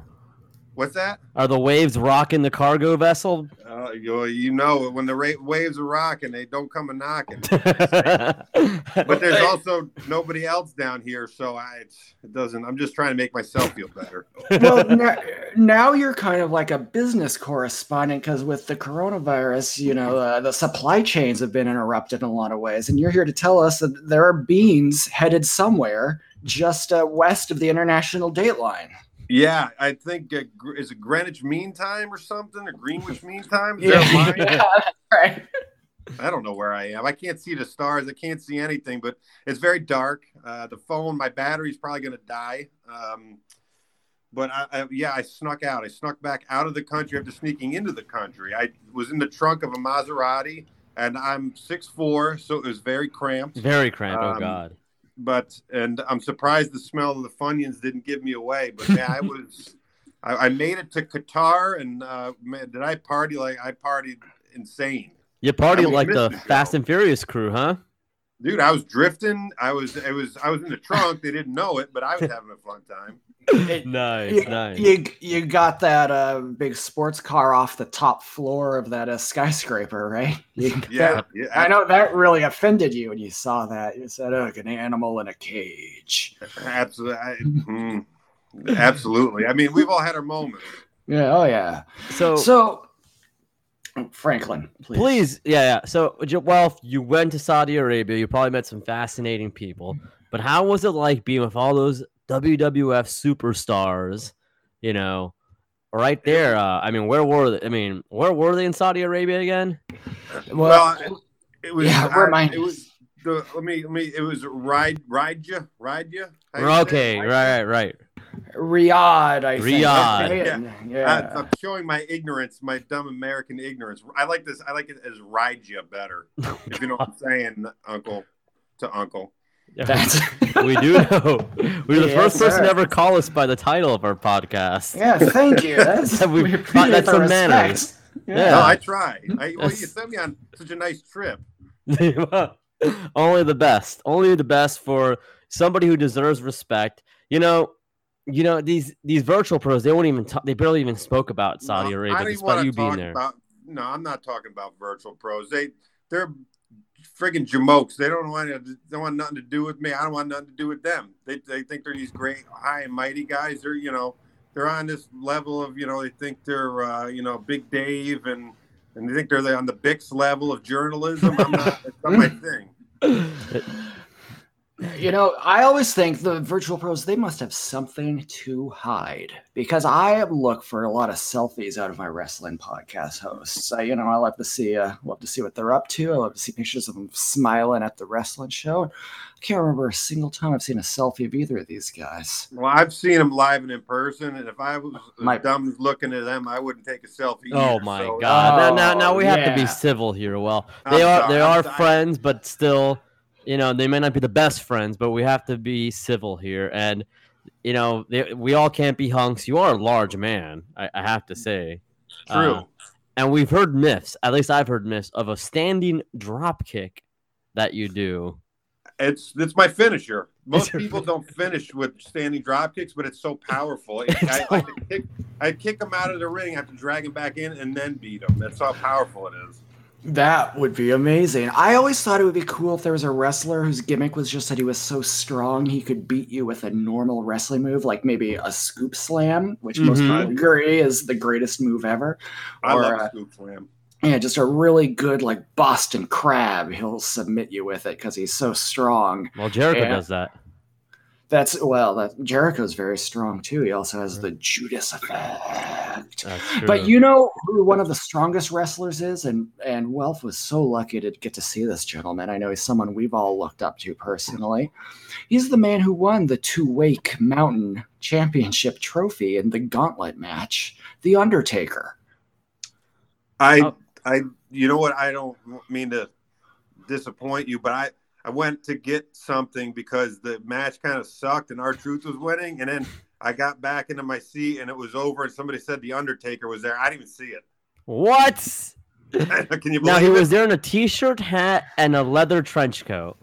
What's that?
Are the waves rocking the cargo vessel?
Uh, you, you know when the ra- waves are rocking, they don't come a knocking. But
but
there's also nobody else down here, so I, it's, it doesn't. I'm just trying to make myself feel better.
well, now, now you're kind of like a business correspondent because with the coronavirus, you know, uh, the supply chains have been interrupted in a lot of ways, and you're here to tell us that there are beans headed somewhere just uh, west of the international date line.
Yeah, I think uh, Gr- is it Greenwich Mean Time or something, or Greenwich Mean Time? Is
Yeah,
there a line?
that's right.
I don't know where I am. I can't see the stars. I can't see anything, but it's very dark. Uh, the phone, my battery's probably going to die. Um, but I, I, yeah, I snuck out. I snuck back out of the country after sneaking into the country. I was in the trunk of a Maserati, and I'm six four, so it was very cramped.
very cramped. oh
Um,
God.
but and I'm surprised the smell of the Funyuns didn't give me away. But man, I was, I, I made it to Qatar, and uh, man, did I party like I partied insane,
You party
I was
like the
missing,
Fast
Joe.
and Furious crew, huh?
dude. I was drifting. I was, it was, I was in the trunk. They didn't know it, but I was having a fun time.
nice,
You,
nice.
you, you got that uh, big sports car off the top floor of that uh, skyscraper, right? You-
Yeah, yeah.
I know that really offended you when you saw that. You said, "Oh, an animal in a cage."
absolutely, I, mm, absolutely. I mean, we've all had our moments.
Yeah. Oh, yeah.
so,
So, Franklin, please.
please, yeah, yeah. So, J- well, you went to Saudi Arabia. You probably met some fascinating people. But how was it like being with all those WWF superstars? You know, right there. Uh, I mean, where were they? I mean, where were they in Saudi Arabia again?
Well, it was.
yeah.
I-
remind
it was. the let me let me it was ride ride you ride you
Okay, right, right, right.
Riyadh, I think.
Riyadh.
That's it.
I,
Yeah.
I'm showing my ignorance, my dumb American ignorance. I like this. I like it as ride you better, if you know what I'm saying, Uncle to Uncle.
That's
we do know. We're the
Yes,
first person
sir.
to ever call us by the title of our podcast.
yeah, thank you. That's
We-
we, appreciate
that's
the
some
respect.
manners.
No,
Yeah.
I try. I, well, you
Yes.
sent me on such a nice trip.
Only the best. Only the best for somebody who deserves respect. You know, you know these these virtual pros. They won't even. Talk, they barely even spoke about Saudi
No,
Arabia
don't even
despite
wanna
you being
talk
there.
About, no, I'm not talking about virtual pros. They they're friggin' jamokes. They don't want to, don't want nothing to do with me. I don't want nothing to do with them. They, they think they're these great high and mighty guys. They're you know they're on this level of you know they think they're uh, you know Big Dave and and they think they're on the Bix level of journalism. I'm not. It's not my thing.
You know, I always think the virtual pros they must have something to hide because I look for a lot of selfies out of my wrestling podcast hosts. I, you know, I love to see, uh, love to see what they're up to. I love to see pictures of them smiling at the wrestling show. I can't remember a single time I've seen a selfie of either of these guys.
Well, I've seen them live and in person, and if I was
My-
dumb as looking at them, I wouldn't take a selfie.
Oh
either.
my
So, uh,
God! now, now, now
Oh,
we have to be
yeah.
civil here. Well,
I'm
they are
sorry,
they
I'm
are
sorry.
friends, but still, you know, they may not be the best friends, but we have to be civil here. And you know, they, we all can't be hunks. You are a large man, I, I have to say.
True.
Uh, and we've heard myths. At least I've heard myths of a standing drop kick that you do.
It's it's my finisher. Most people don't finish with standing drop kicks, but it's so powerful. I, I, I, kick, I kick them out of the ring, I have to drag them back in, and then beat them. That's how powerful it is.
That would be amazing. I always thought it would be cool if there was a wrestler whose gimmick was just that he was so strong he could beat you with a normal wrestling move, like maybe a scoop slam, which most
Mhm.
people agree is the greatest move ever.
I
Or,
love
uh,
scoop slam.
Yeah, just a really good like Boston crab. He'll submit you with it because he's so strong.
Well, Jericho
Yeah.
does that.
That's well, that Jericho's very strong too. He also has the Judas effect.
That's
But
true.
you know who one of the strongest wrestlers is, and and Welf was so lucky to get to see this gentleman. I know he's someone we've all looked up to personally. He's the man who won the Two Wake Mountain Championship trophy in the Gauntlet match, The Undertaker.
I
Oh.
I you know what? I don't mean to disappoint you, but I I went to get something because the match kind of sucked, and our truth was winning, and then. I got back into my seat and it was over, and somebody said the Undertaker was there. I didn't even see it.
what?
Can you believe
Now he
it?
was there in a t-shirt, hat, and a leather trench coat.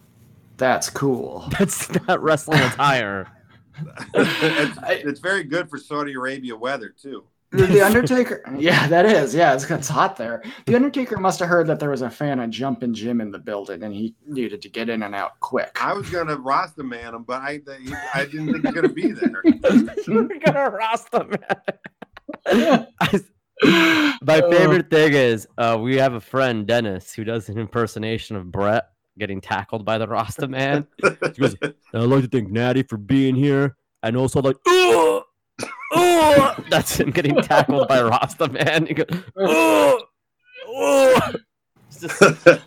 That's cool.
That's not wrestling attire.
it's,
I-
it's very good for Saudi Arabia weather too.
The Undertaker. Yeah, that is. Yeah, it's, it's hot there. The Undertaker must have heard that there was a fan of Jumpin' Jim in the building, and he needed to get in and out quick.
I was gonna Rasta man him, but I I didn't think he was gonna be there.
We're gonna roast them. My favorite thing is uh, we have a friend Dennis who does an impersonation of Brett getting tackled by the Rasta man. He goes, I'd like to thank Natty for being here, and also like, "Ugh! Ugh!" that's him getting tackled by Rasta man. He goes, "Ugh! Ugh!" It's just-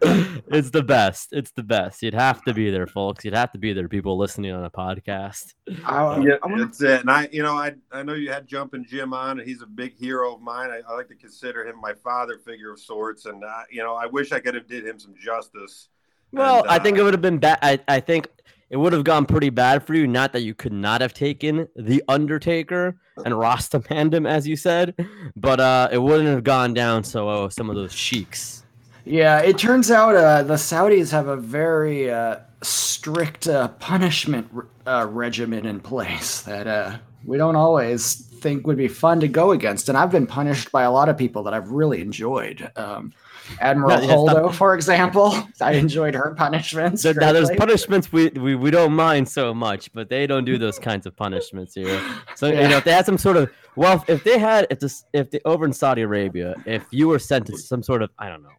it's the best. It's the best. You'd have to be there, folks. You'd have to be there, people listening on a podcast.
I-
yeah,
I wanna-
that's it. And I, you know, I I know you had Jumpin' Jim on, and he's a big hero of mine. I, I like to consider him my father figure of sorts, and I, you know, I wish I could have did him some justice.
Well,
And,
I think
uh,
it would have been bad. I, I think it would have gone pretty bad for you. Not that you could not have taken the Undertaker and Rastamandum, as you said, but uh, it wouldn't have gone down so oh, some of those sheiks.
Yeah, it turns out uh, the Saudis have a very uh, strict uh, punishment re- uh, regimen in place that uh, we don't always think would be fun to go against. And I've been punished by a lot of people that I've really enjoyed. Um, Admiral
Yeah, yeah, stop.
Holdo, for example, I enjoyed her punishments.
So now there's
greatly.
punishments we, we, we don't mind so much, but they don't do those kinds of punishments here. So you
Yeah.
know if they had some sort of well, if they had if this if they over in Saudi Arabia, if you were sentenced to some sort of I don't know,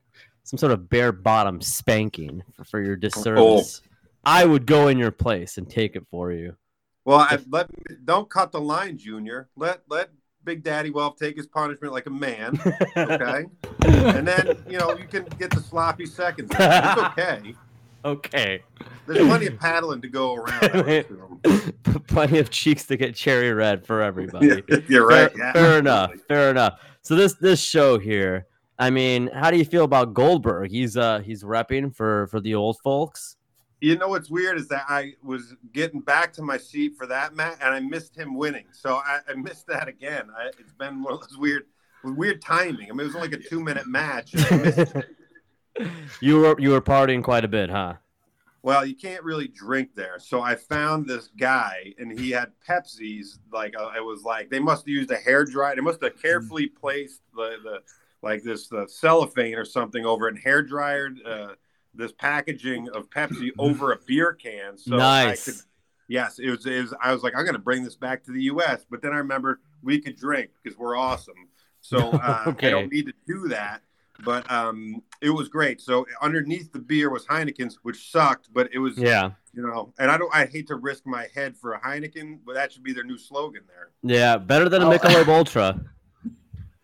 some sort of bare bottom spanking for, for your disservice, I would go in your place and take it for you.
Well, I, let don't cut the line, Junior. Let let Big Daddy Wolf take his punishment like a man, okay? and then you know you can get the sloppy seconds. It's okay.
Okay.
There's plenty of paddling to go around.
Plenty of cheeks to get cherry red for everybody.
You're right.
Fair,
Yeah,
fair enough. Fair enough. So this this show here, I mean, how do you feel about Goldberg? He's uh he's repping for for the old folks.
You know what's weird is that I was getting back to my seat for that match, and I missed him winning. So I, I missed that again. I, it's been one of those weird, weird timing. I mean, it was only like a two minute match. and I missed it.
you were you were partying quite a bit, huh?
well, you can't really drink there. So I found this guy, and he had Pepsis. Like uh, it was like they must have used a hair dryer. They must have carefully placed the the like this the cellophane or something over it and hair dried uh, this packaging of Pepsi over a beer can. So
nice.
I could Yes, it was, it was. I was like, I'm going to bring this back to the U.S., but then I remembered we could drink because we're awesome. So uh, I
Okay.
don't need to do that. But um, it was great. So underneath the beer was Heineken's, which sucked, but it was
yeah.
you know. And I don't. I hate to risk my head for a Heineken, but that should be their new slogan there.
Yeah, better than a
Oh.
Michelob Ultra.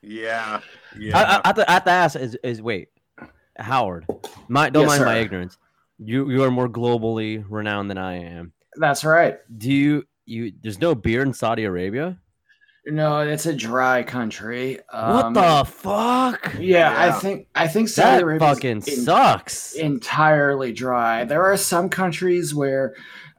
Yeah, yeah.
I, I, I, have to, I have to ask is, is wait, Howard, my, don't
Yes,
mind my
sir.
ignorance. You you are more globally renowned than I am.
That's right.
Do you you? There's no beer in Saudi Arabia.
No, it's a dry country. Um,
what the fuck?
Yeah,
Yeah.
I think I think Saudi
That
Arabia's
fucking
in-
sucks.
entirely dry. There are some countries where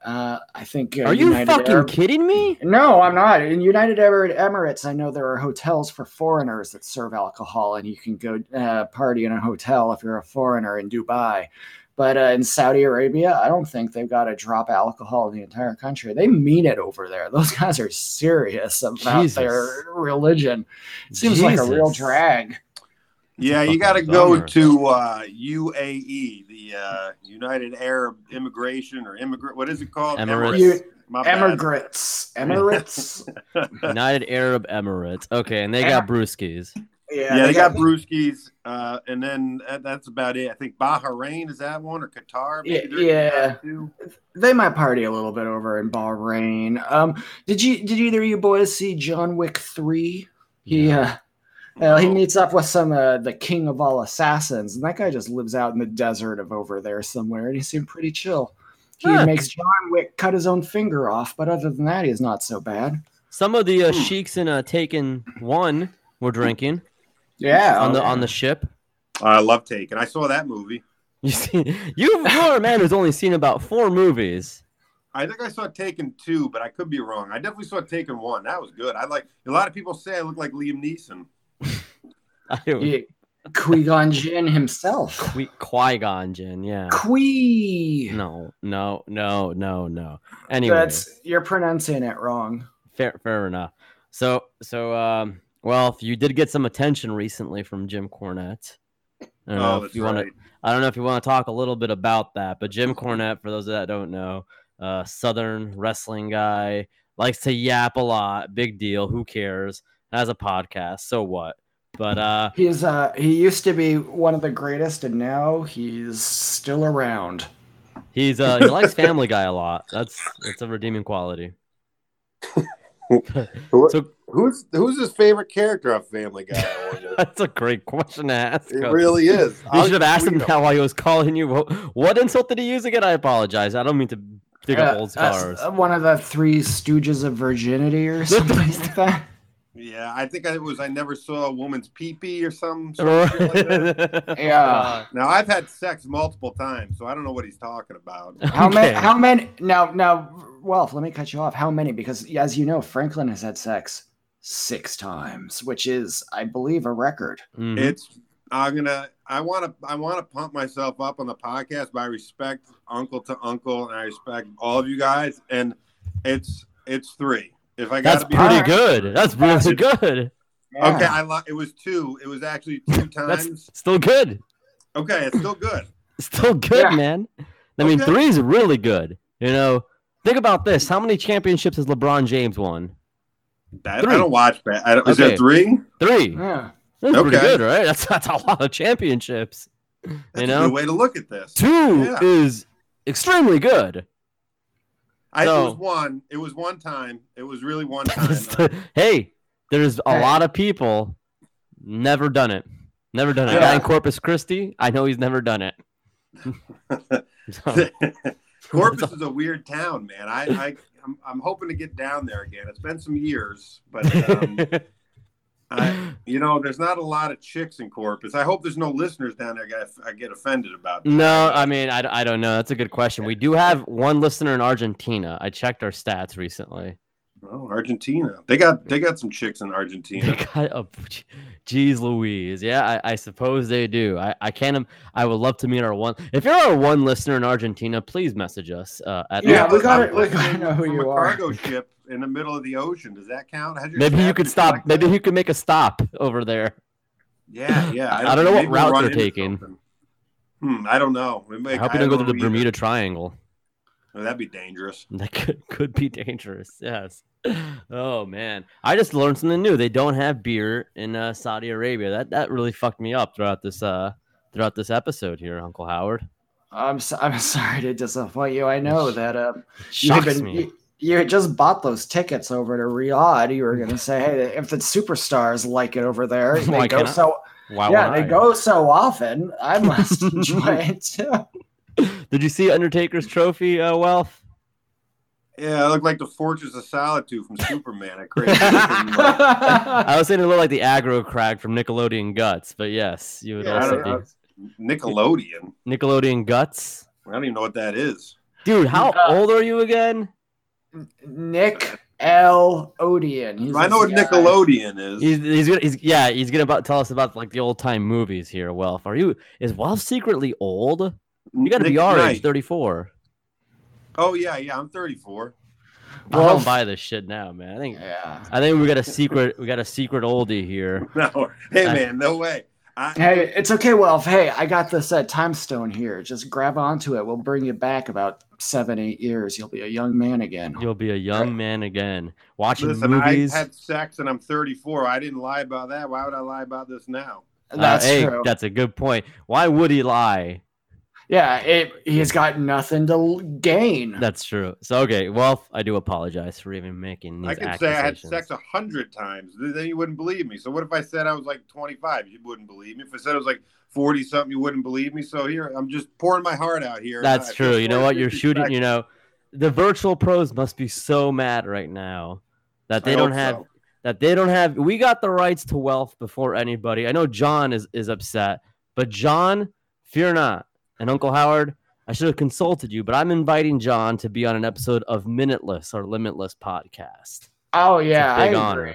uh, I think uh,
Are you
United
fucking
Arab-
kidding me?
No, I'm not. In United Arab Emirates, I know there are hotels for foreigners that serve alcohol, and you can go uh, party in a hotel if you're a foreigner in Dubai. But uh, in Saudi Arabia, I don't think they've got to drop alcohol in the entire country. They mean it over there. Those guys are serious about
Jesus.
their religion. It seems like a real
Jesus.
drag.
yeah,
fucking
you got to go
bummer.
to uh, UAE, the uh, United Arab Immigration or immigrant. What is it called?
Emirates.
You,
My bad.
emigrants, Emirates.
United Arab Emirates. Okay, and they got brewskis.
Yeah, they, got, brewskis, uh, and then uh, that's about it. I think Bahrain is that one or Qatar.
Yeah,
they're-
yeah.
too.
they might party a little bit over in Bahrain. Um, did you did either of you boys see John Wick three? He
No.
uh, uh, he meets up with some uh, the king of all assassins, and that guy just lives out in the desert of over there somewhere, and he seemed pretty chill. He
Huh.
makes John Wick cut his own finger off, but other than that, he's not so bad.
Some of the uh,
Hmm.
sheiks in uh, Taken One were drinking
Oh, Yeah,
on the on the ship.
I love Taken. I saw that movie.
You see, you are a man who's only seen about four movies.
I think I saw Taken two, but I could be wrong. I definitely saw Taken one. That was good. I like. A lot of people say I look like Liam Neeson.
I don't-
yeah, Qui Gon Jinn himself.
We Qui Gon Jinn, yeah.
Qui.
No, no, no, no, no. Anyway,
That's you're pronouncing it wrong.
fair, fair enough. So, so, um, well, if you did get some attention recently from Jim Cornette. I don't know
Oh,
if
that's
you want
right.
to. I don't know if you want to talk a little bit about that, but Jim Cornette, for those that don't know, uh, Southern wrestling guy, likes to yap a lot. Big deal. Who cares? Has a podcast. So what? But uh,
He's uh he used to be one of the greatest and now he's still around.
he's uh, he likes Family Guy a lot. That's that's a redeeming quality. So
Who's who's his favorite character on Family Guy? I wonder?
that's a great question to ask.
it
us.
really is.
You
I'll
should have asked him
tweet
that while he was calling you. What, what insult did he use again? I apologize. I don't mean to dig
Uh,
up old
uh,
scars.
one of the three stooges of virginity or something like that.
Yeah, I think it was. I never saw a woman's pee pee or something.
Yeah.
Now I've had sex multiple times, so I don't know what he's talking about.
How many
Okay.
how many now now Wolf, let me cut you off. How many? Because as you know, Franklin has had sex six times, which is, I believe, a record.
Mhm.
It's I'm gonna I wanna I wanna pump myself up on the podcast, but I respect uncle to uncle and I respect all of you guys and it's it's three. If I
That's
gotta be
pretty
honest.
good. That's really good.
okay,
Yeah.
I lo- it was two. It was actually two times.
That's still good.
Okay, it's still good.
Still good,
Yeah.
man. I mean,
Okay.
three is really good. You know, think about this. How many championships has LeBron James won?
That,
Three.
I don't watch that. I don't, Is
Okay.
there three?
Three.
Yeah.
That's pretty
Okay.
good, right? That's that's a lot of championships.
That's
you
a good
know,
way to look at this.
two
Yeah.
is extremely good.
I it
So-
was one. It was one time. It was really one time.
hey, there's a
Hey.
lot of people never done it. Never done it. A guy in Corpus Christi, I know he's never done it. So,
Corpus is a weird town, man. I, I I'm, I'm hoping to get down there again. It's been some years, but um, I, you know, there's not a lot of chicks in Corpus. I hope there's no listeners down there. Get I get offended about. that.
no, I mean, I, d- I don't know. That's a good question. We do have one listener in Argentina. I checked our stats recently.
Oh, Argentina. They got they got some chicks in Argentina.
God, oh, geez, Louise. Yeah, I, I suppose they do. I, I can't. im- I would love to meet our one. If you're our one listener in Argentina, please message us. Uh, at
Yeah,
our-
we got it.
I'm
We gotta
listening
know who
from
you
a
are.
Cargo ship in the middle of the ocean. Does that count? How'd your
Maybe you
staff
could
do
stop.
like that?
Maybe you could make a stop over there.
Yeah, yeah.
I don't know what
maybe we'll
route
run
they're
into
taking.
something. Hmm, I don't know. We
I
may-
hope you don't go
don't
through the
know either.
uh,
Bermuda Triangle.
Oh, that'd be dangerous.
That could, could be dangerous. Yes. Oh man, I just learned something new. They don't have beer in uh, Saudi Arabia. That that really fucked me up throughout this uh throughout this episode here, Uncle Howard.
I'm so, I'm sorry to disappoint you. I know that um, you had
Shocks
been
me.
you, you had just bought those tickets over to Riyadh. You were going to say, hey, if the superstars like it over there, they
Why
go
can't I?
so
Wow.
yeah, they go so often. I must enjoy it too.
Did you see Undertaker's trophy, uh, Wealth?
Yeah, I look like the Fortress of Solitude from Superman. I created yeah,
I was saying it looked like the aggro crag from Nickelodeon Guts, but yes, you would
I
also
don't
be
know. Nickelodeon.
Nickelodeon Guts.
I don't even know what that is.
Dude, how
Uh,
old are you again?
Nick L. Odeon. He's
I know
this
what
guy.
Nickelodeon is.
He's, he's, gonna, he's yeah, he's gonna about tell us about like the old time movies here. Welf, are you is Welf secretly old? You gotta be
Nick
our age,
Knight.
thirty four.
Oh yeah, yeah. I'm 34.
I don't
Welf-
buy this shit now, man. I think
Yeah.
I think we got a secret we got a secret oldie here.
No, hey
I-
man, no way. I,
Hey, it's okay, Welf. Hey, I got this uh, time stone here. Just grab onto it. We'll bring you back about seven, eight years. You'll be a young man again.
You'll be a young man again, watching
listen,
movies.
I had sex and I'm 34. I didn't lie about that. Why would I lie about this now?
Uh,
That's
hey,
true.
That's a good point. Why would he lie?
yeah, it, he's got nothing to l- gain.
That's true. So okay, Welf, I do apologize for even making these
I could say I had
accusations.
sex a hundred times. th- Then you wouldn't believe me. So what if I said I was like 25? You wouldn't believe me. If I said I was like 40 something, you wouldn't believe me. So here I'm just pouring my heart out here.
That's
I feel
true. You know
sorry
what?
for
You're
these
shooting.
guys.
You know, the virtual pros must be so mad right now that
I
they don't
hope
have
so.
that they don't have. We got the rights to wealth before anybody. I know John is is upset, but John, fear not, and Uncle Howard. I should have consulted you, but I'm inviting John to be on an episode of Minuteless or Limitless podcast.
Oh, yeah.
big
I
honor.
agree.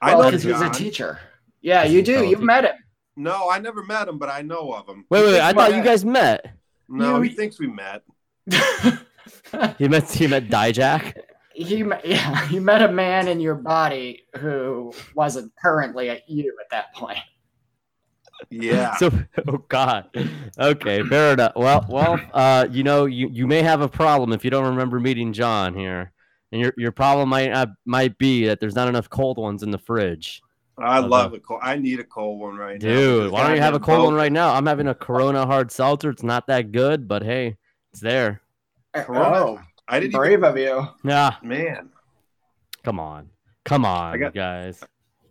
I
Well,
know
because he's a
John.
teacher. Yeah,
He's
you
a
do.
fellow
You've
teacher.
met him.
No, I never met him, but I know of him.
Wait, wait, wait, I
He's
thought
my
you
dad.
guys met.
No,
You-
he thinks we met.
He met he met Dijak.
he, me- yeah, you met a man in your body who wasn't currently at you at that point.
Yeah.
So, oh god. Okay, fair enough. Well, well, uh, you know, you, you may have a problem if you don't remember meeting John here, and your your problem might uh, might be that there's not enough cold ones in the fridge,
I
Uh-huh.
love a cold. I need a cold one right now.
dude. Why don't you have a
Goddamn
cold one
boat.
right now? I'm having a Corona hard seltzer. It's not that good, but hey, it's there.
Corona?
Oh,
I didn't
brave of you.
Nah,
even. Man,
come on, come on,
I got-
you guys.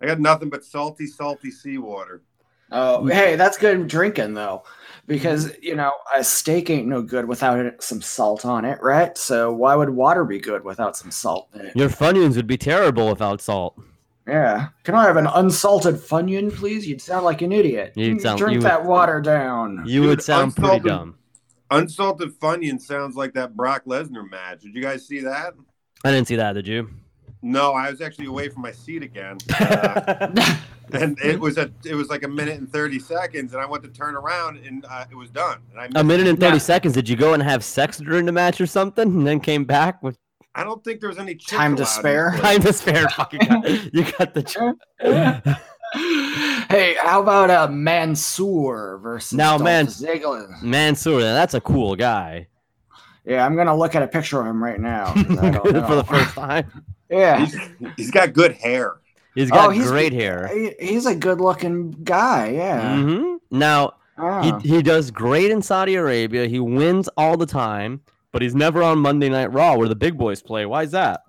I got nothing but salty, salty seawater.
Oh,
Mm.
hey, that's good drinking though, because you know a steak ain't no good without it, some salt on it, right? So why would water be good without some salt in it?
Your Funyuns would be terrible without salt.
Yeah. Can I have an unsalted funyun, please? You'd sound like an idiot.
You'd
Mm,
sound-
Drink
you would-
that water down.
You would
Dude,
sound pretty
unsalted-
dumb.
Unsalted Funyun sounds like that Brock Lesnar match. Did you guys see that?
I didn't see that, did you?
No, I was actually away from my seat again, uh, and it was a it was like a minute and thirty seconds, and I went to turn around, and uh, it was done. And I,
a
missed-
minute and 30
Yeah.
seconds did you go and have sex during the match or something and then came back with
I don't think there was any chicks
Time to
allowed in
spare?
the place.
time to spare fucking God. you got the ch-
hey, how about a uh, Mansoor versus
Now,
Dolph
Man-
Ziggler?
Mansoor that's a cool guy
Yeah, I'm gonna look at a picture of him right now. 'cause I don't
for the
know.
first time
yeah.
He's- he's got good hair.
he's got
Oh, he's-
great hair
He- He's a good-looking guy, yeah.
hmm now
Yeah.
he, he does great in Saudi Arabia he wins all the time but he's never on Monday Night Raw where the big boys play why is that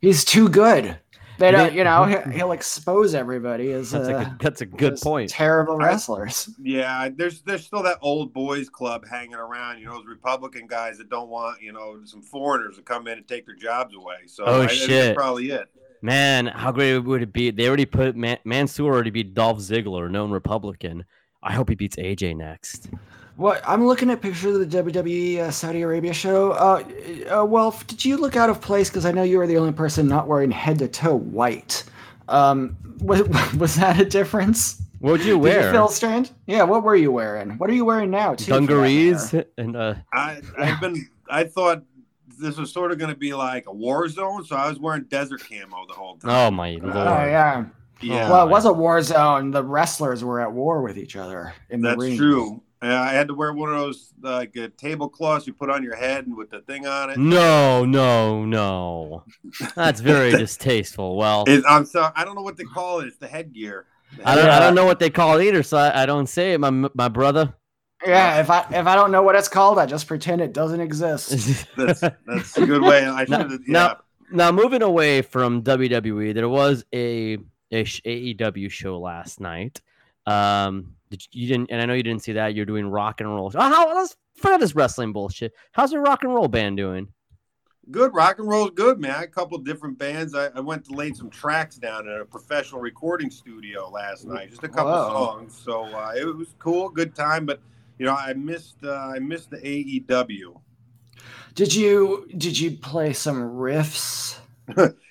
He's too good. They don't,
They-
you know, he'll, he'll expose everybody as
That's a
uh,
good, that's a good
as
point.
Terrible
I-
wrestlers.
Yeah, there's there's still that old boys club hanging around. You know, those Republican guys that don't want you know some foreigners to come in and take their jobs away. So
Oh,
I- that's
shit.
probably it.
Man, how great would it be? They already put Man- Mansoor already beat Dolph Ziggler, known Republican. I hope he beats AJ next.
What I'm looking at pictures of the WWE uh, Saudi Arabia show. Uh, uh, Welf, did you look out of place? Because I know you were the only person not wearing head to toe white. Um, was, was that a difference?
What would you
Did
wear?
you feel strange? Yeah. What were you wearing? What are you wearing now? too, for that
Dungarees
matter?
and uh,
I I've been I thought this was sort of going to be like a war zone, so I was wearing desert camo the whole time.
oh my lord!
Oh yeah.
Oh, yeah,
oh,
Well, it was a war zone. The wrestlers were at war with each other in the
that's
ring.
true. Uh, I had to wear one of those like uh, tablecloths you put on your head and with the thing on
Mm.
it.
No, no, no. That's very distasteful. Well,
It- I'm sorry, I don't know what they call it. It's the headgear. The
I don't, I
Yeah.
don't know what they call it either, so I, I don't say it, my my brother.
Yeah. If I if I don't know what it's called, I just pretend it doesn't exist.
That's that's a good way. I should
No,
have.
no.
Yeah.
now moving away from WWE, there was a, a sh- AEW show last night. Um, did you, you didn't, and I know you didn't see that. You're doing rock and roll. Oh, how let's forget this wrestling bullshit. How's your rock and roll band doing?
Good rock and roll's good, man. I had a couple different bands. I, I went to lay some tracks down at a professional recording studio last night, just a couple
Whoa.
songs. So uh, it was cool, good time. But you know, I missed uh, I missed the AEW.
Did you did you play some riffs?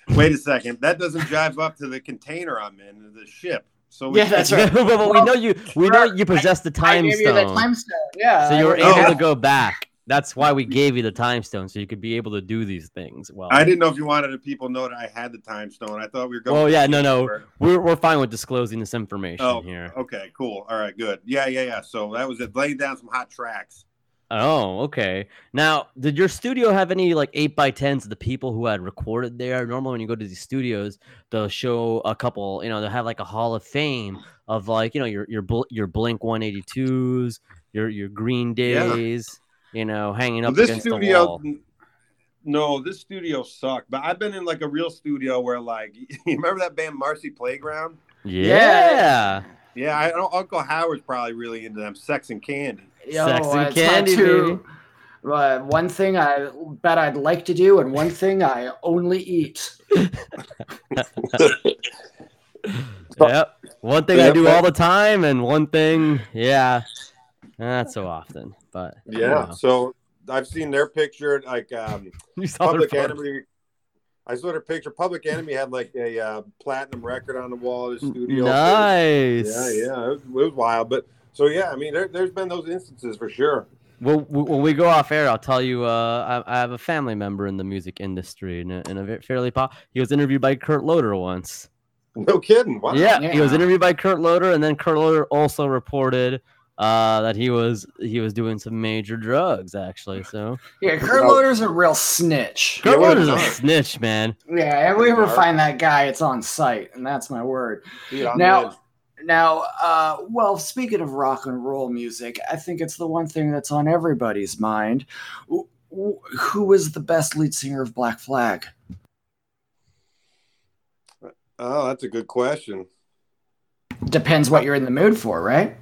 Wait a second, that doesn't jive up to the container I'm in, the ship. So
Yeah, that's right.
but, but we
Well,
know you. We know you possess the time
stone.
stone,
Yeah.
so you were
I-
Oh,
able to
that's-
go back. That's why we gave you the time stone, so you could be able to do these things. Well,
I didn't know if you wanted the people to know that I had the time stone. I thought we were going.
Well, yeah, no, no. we're we're fine with disclosing this information
Oh,
here.
Okay, cool. All right, good. Yeah, yeah, yeah. So that was it. Laying down some hot tracks.
Oh, okay. Now, did your studio have any like eight by tens of the people who had recorded there? Normally, when you go to these studios, they'll show a couple. You know, they'll have like a Hall of Fame of like you know your your Bl- your Blink one eighty twos, your your Green
Yeah.
Days. You know, hanging
Well,
up
this
against the
studio
wall.
no this studio sucked but i've been in like a real studio where like you remember that band marcy playground
Yeah.
yeah i know uncle howard's probably really into them sex and candy
Yo,
Sex and
it's not
candy,
too- Uh, one thing I bet I'd like to do, and one thing I only eat.
Yep. One thing I
Yep,
do
that-
all the time, and one thing, yeah, not so often. But you know.
so i've seen their picture like um
you saw their photos.
i saw their picture public enemy had like a uh, platinum record on the wall of the
Nice.
it was, it was wild but so yeah i mean there, there's been those instances for sure
Well, w- when we go off air, I'll tell you. Uh, I, I have a family member in the music industry, and a, and a ve- fairly pop. He was interviewed by Kurt Loder once.
no kidding wow.
Yeah, he was
Yeah.
interviewed by Kurt Loder, and then Kurt Loder also reported uh, that he was he was doing some major drugs, actually. So
Yeah, Kurt
No.
Loder's a real snitch.
Kurt
what a
Loder's a
narc.
snitch, man.
Yeah, if we ever
Dark.
find that guy, it's on site, and that's my word.
Dude, I'm
Now-
in.
Now, uh, well, speaking of rock and roll music, I think it's the one thing that's on everybody's mind. W- w- Who was the best lead singer of Black Flag?
Oh, that's a good question.
Depends what you're in the mood for, right?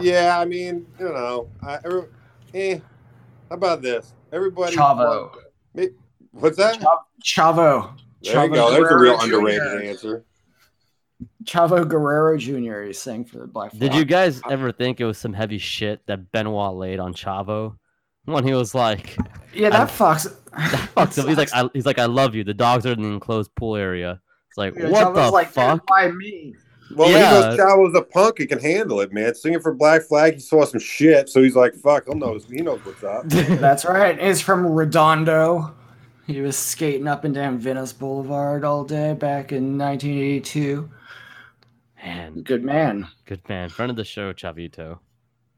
Yeah, I mean, you know, I, every- eh, how about this? Everybody,
Chavo.
what's that?
Chavo. Chavo.
There you
Chavo
go. There's a
Guerrero
real
Jr..
underrated answer.
Chavo Guerrero Jr. He sang for the Black Flag.
Did you guys ever think it was some heavy shit that Benoit laid on Chavo when he was like,
Yeah,
I'm-
that fox.
that fucks up. He's like, I, he's like, I love you. The dogs are in the enclosed pool area. It's like, what the fuck?
Why me?
Well,
Yeah.
he goes, Chavo's a punk. He can handle it, man. Singing for Black Flag, he saw some shit, so he's like, fuck, he'll know, he knows what's up.
That's right. It's from Redondo. He was skating up and down Venice Boulevard all day back in 1982.
man,
Good man.
good man. Friend of the show, Chavito.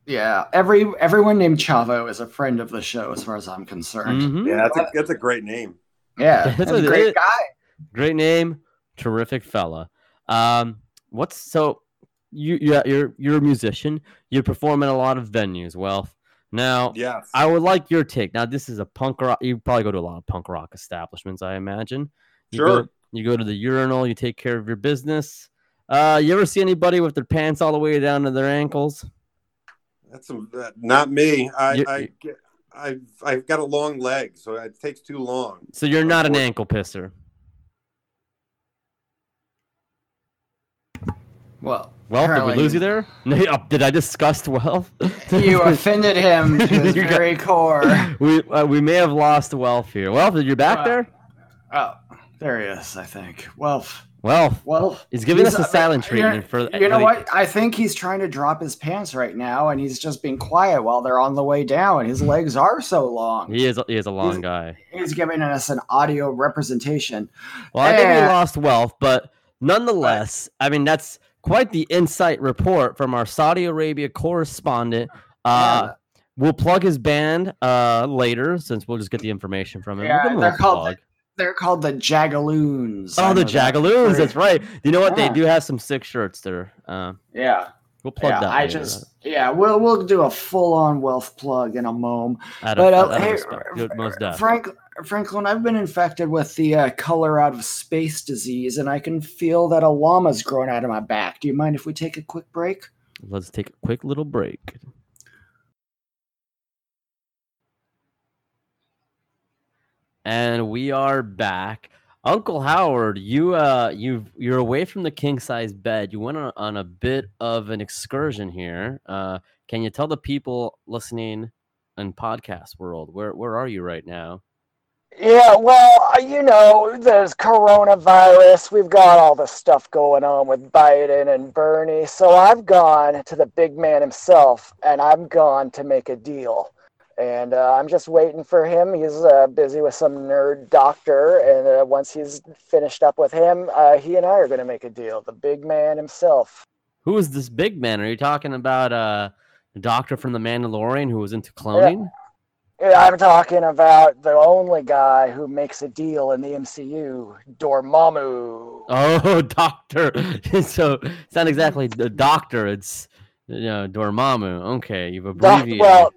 Yeah, every everyone named Chavo is a friend of the show, as far as I'm concerned.
Mhm.
Yeah, that's a, that's a great name.
Yeah, and
That's what it is.
great guy.
Great name, terrific fella. Um, what's so you yeah, you're you're a musician, you perform at a lot of venues, well. Now
Yes.
I would like your take. Now this is a punk rock you probably go to a lot of punk rock establishments, I imagine. You go-
Sure.
You go, You go to the urinal. You take care of your business. Uh, you ever see anybody with their pants all the way down to their ankles?
That's some, that, not me. I,
You-
I, I've, I've got a long leg, so it takes too long.
So you're not an
Unfor-
ankle pisser.
Well,
Well, did we
apparently
lose you there? No, uh, did I discuss Wealth?
You offended him to his
You got-
very core.
we uh, we may have lost Wealth here. Wealth, are you back
Uh,
there?
Oh, there he is. I think. Well,
Wealth,
well.
he's giving
he's-
us a silent
you know-
treatment for.
You know
like-
what? I think he's trying to drop his pants right now, and he's just being quiet while they're on the way down. His legs are so long.
Mm-hmm. He is he is a long
He's-
guy.
He's giving us an audio representation.
Well, I think we
Eh.
lost Wealth, but nonetheless, I mean that's quite the insight report from our Saudi Arabia correspondent. Uh, We'll plug his band uh, later, since we'll just get the information from him. We'll
Yeah,
give him a
they're
little
called
plug.
They're called the Jagaloons. I
Oh, the
know that
Jagaloons.
for-
That's right. You know what?
Yeah.
They do have some sick shirts there. Uh,
Yeah,
we'll plug
yeah.
that.
I
later.
just yeah. We'll we'll do a full on wealth plug in a moment.
out
but,
of,
uh,
out of
hey,
respect. Good, most deaf.
Frank Franklin, I've been infected with the uh, color out of space disease, and I can feel that a llama's growing out of my back. Do you mind if we take a quick break?
Let's take a quick little break. And we are back. Uncle Howard, you uh you you're away from the king size bed. You went on, on a bit of an excursion here. Uh can you tell the people listening in podcast world where where are you right now?
Yeah, well, uh, you know, there's coronavirus. We've got all this stuff going on with Biden and Bernie. So I've gone to the big man himself, and I'm gone to make a deal. And uh, I'm just waiting for him. He's uh, busy with some nerd doctor, and uh, once he's finished up with him, uh, he and I are going to make a deal. The big man himself.
Who is this big man? Are you talking about uh the doctor from the Mandalorian who was into cloning?
Yeah, I'm talking about the only guy who makes a deal in the MCU, Dormammu.
Oh, doctor. so it's not exactly the doctor. It's you know, Dormammu. Okay, you've
Doc-
abbreviated.
well,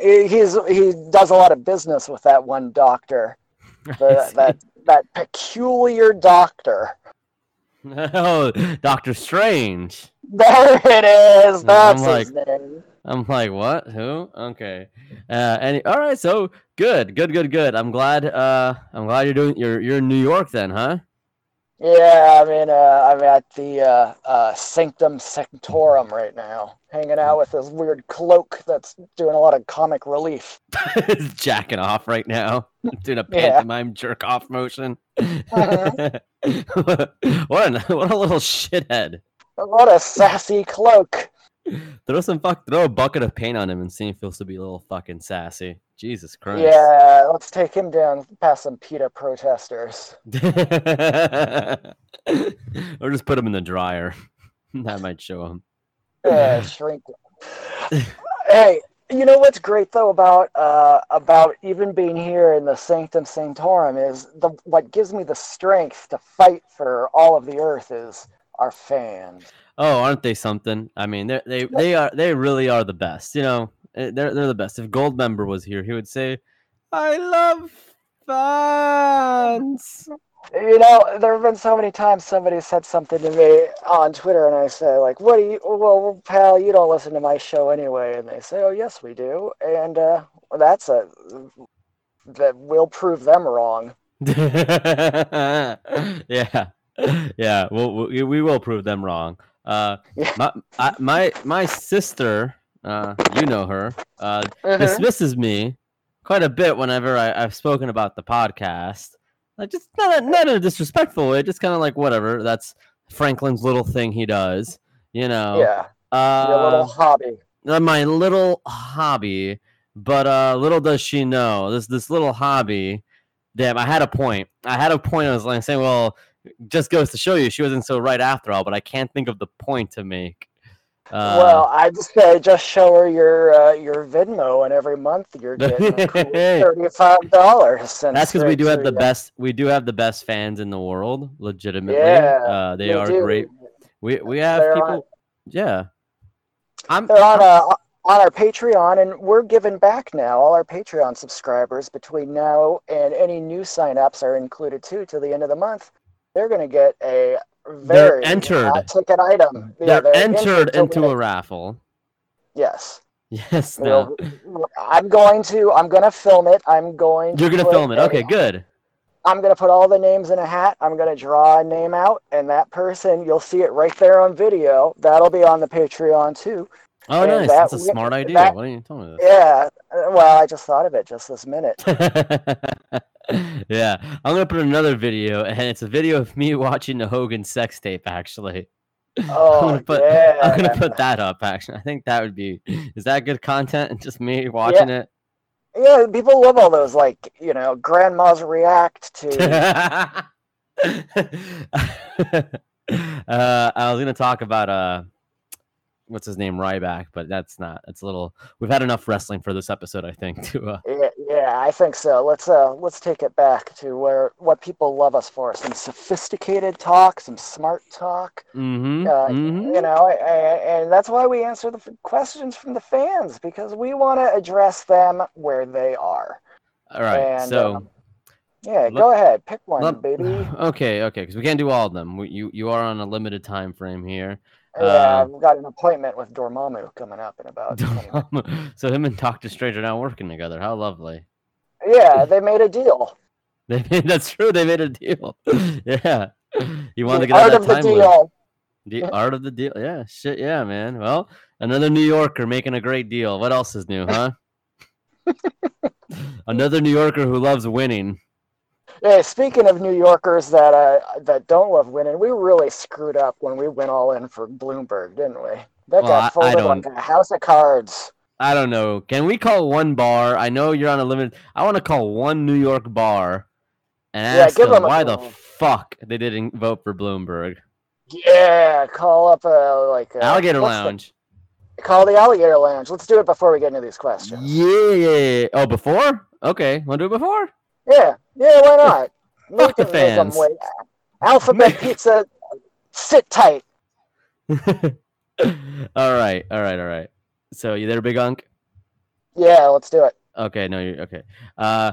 he- he's he does a lot of business with that one doctor, the,
see.
that that peculiar doctor.
no, Oh, Doctor Strange.
There it is.
Yeah, I'm
That's his name.
I'm like, what? Who? Okay. Uh, any. All right. So good, good, good, good. I'm glad. Uh, I'm glad you're doing. You're you're in New York then, huh?
Yeah, I'm in. Uh, I'm at the uh, uh, Sanctum Sanctorum right now, hanging out with this weird cloak that's doing a lot of comic relief.
Jacking off right now, doing a
Yeah.
pantomime jerk off motion.
Uh-huh.
what, an, what a little shithead.
What a sassy cloak!
Throw some fuck. Throw a bucket of paint on him and see if he'll still be a little fucking sassy. Jesus Christ.
Yeah, let's take him down past some PETA protesters.
or just put him in the dryer. that might show him.
uh, shrink. hey, you know what's great though about uh, about even being here in the Sanctum Sanctorum is the what gives me the strength to fight for all of the Earth is our fans.
Oh, aren't they something? I mean, they they they are they really are the best. You know, Eh, they're they're the best. If Goldmember was here, he would say, "I love fans."
You know, there have been so many times somebody said something to me on Twitter, and I say like, "What do you? Well, pal, you don't listen to my show anyway." And they say, "Oh, yes, we do," and uh, that's a that will prove them wrong.
yeah, yeah. We'll, we we will prove them wrong. Uh,
Yeah.
my I, my my sister, uh, you know her, uh,
Mhm.
dismisses me quite a bit whenever I, I've spoken about the podcast. Like just not a, not in a disrespectful way, just kind of like whatever. That's Franklin's little thing he does, you know.
Yeah, your little
Uh,
hobby.
uh, my little hobby, but uh, little does she know this this little hobby. Damn, I had a point. I had a point. I was like saying, well, just goes to show you she wasn't so right after all. But I can't think of the point to make. Uh,
well, I just say just show her your uh, your Venmo, and every month you're getting a cool thirty-five dollars.
That's because we do have the best. We do have the best fans in the world. Legitimately,
Yeah,
uh, they are great. We we have
They're
people.
on-
Yeah, I'm.
They're on uh, on our Patreon, and we're giving back now. All our Patreon subscribers between now and any new sign-ups are included too till the end of the month. they're going to get a very
entered.
hot ticket item. Yeah,
They're entered into a raffle.
yes.
Yes, no.
They'll- I'm going to. I'm going to film it. I'm going.
You're gonna
put
film it.
a-
Okay, good.
I'm gonna put all the names in a hat. I'm gonna draw a name out, and that person you'll see it right there on video. That'll be on the Patreon too.
Oh,
And
nice.
that
That's a
wi-
smart idea.
that-
Why didn't you tell me this?
Yeah. uh, Well, I just thought of it just this minute.
yeah, I'm gonna put another video, and it's a video of me watching the Hogan sex tape. Actually, I'm
Oh
gonna put
yeah.
I'm gonna put that up. Actually, I think that would be is that good content? And just me watching it.
Yeah. People love all those like you know grandmas react to.
uh, Uh, I was gonna talk about uh, what's his name, Ryback, but that's not. It's a little. We've had enough wrestling for this episode, I think. To uh,
yeah, yeah, I think so. Let's uh let's take it back to where what people love us for some sophisticated talk, some smart talk.
mhm,
Uh,
mhm.
you know, a- a- and that's why we answer the f- questions from the fans because we want to address them where they are.
All right,
and,
so.
um, Yeah,
Let- uh,
go ahead, pick one,
Lem-
baby.
Okay, okay, because we can't do all of them. We, you you are on a limited time frame here.
yeah,
uh,
I've got an appointment with Dormammu coming up in about. 20 minutes.
so him and Doctor Strange are now working together. How lovely!
yeah, they made a deal.
They made, that's true. They made a deal. yeah, you want
The
to get out
art
of
of the
that time loop.
deal.
The art of the deal. Yeah, shit. Yeah, man. Well, another New Yorker making a great deal. What else is new, huh? another New Yorker who loves winning.
Hey, speaking of New Yorkers that uh, that don't love winning, we really screwed up when we went all in for Bloomberg, didn't we? That
Well, I- I
got folded
don't-
like a house of cards.
I don't know. Can we call one bar? I know you're on a limited. I want to call one New York bar and
Yeah,
ask
give
them
them a
why the
call.
fuck they didn't vote for Bloomberg.
Yeah, call up uh, like uh,
Alligator
what's the-
Lounge.
Call the Alligator Lounge. Let's do it before we get into these questions.
Yeah, yeah, yeah. Oh, before? Okay. Want to do it before?
Yeah, yeah, why not?
Fuck the
them- make them
fans.
wait. Alphabet Pizza, sit tight.
all right. All right. All right. So you there, Big Unk?
Yeah, let's do it.
Okay, no, you're okay. Uh,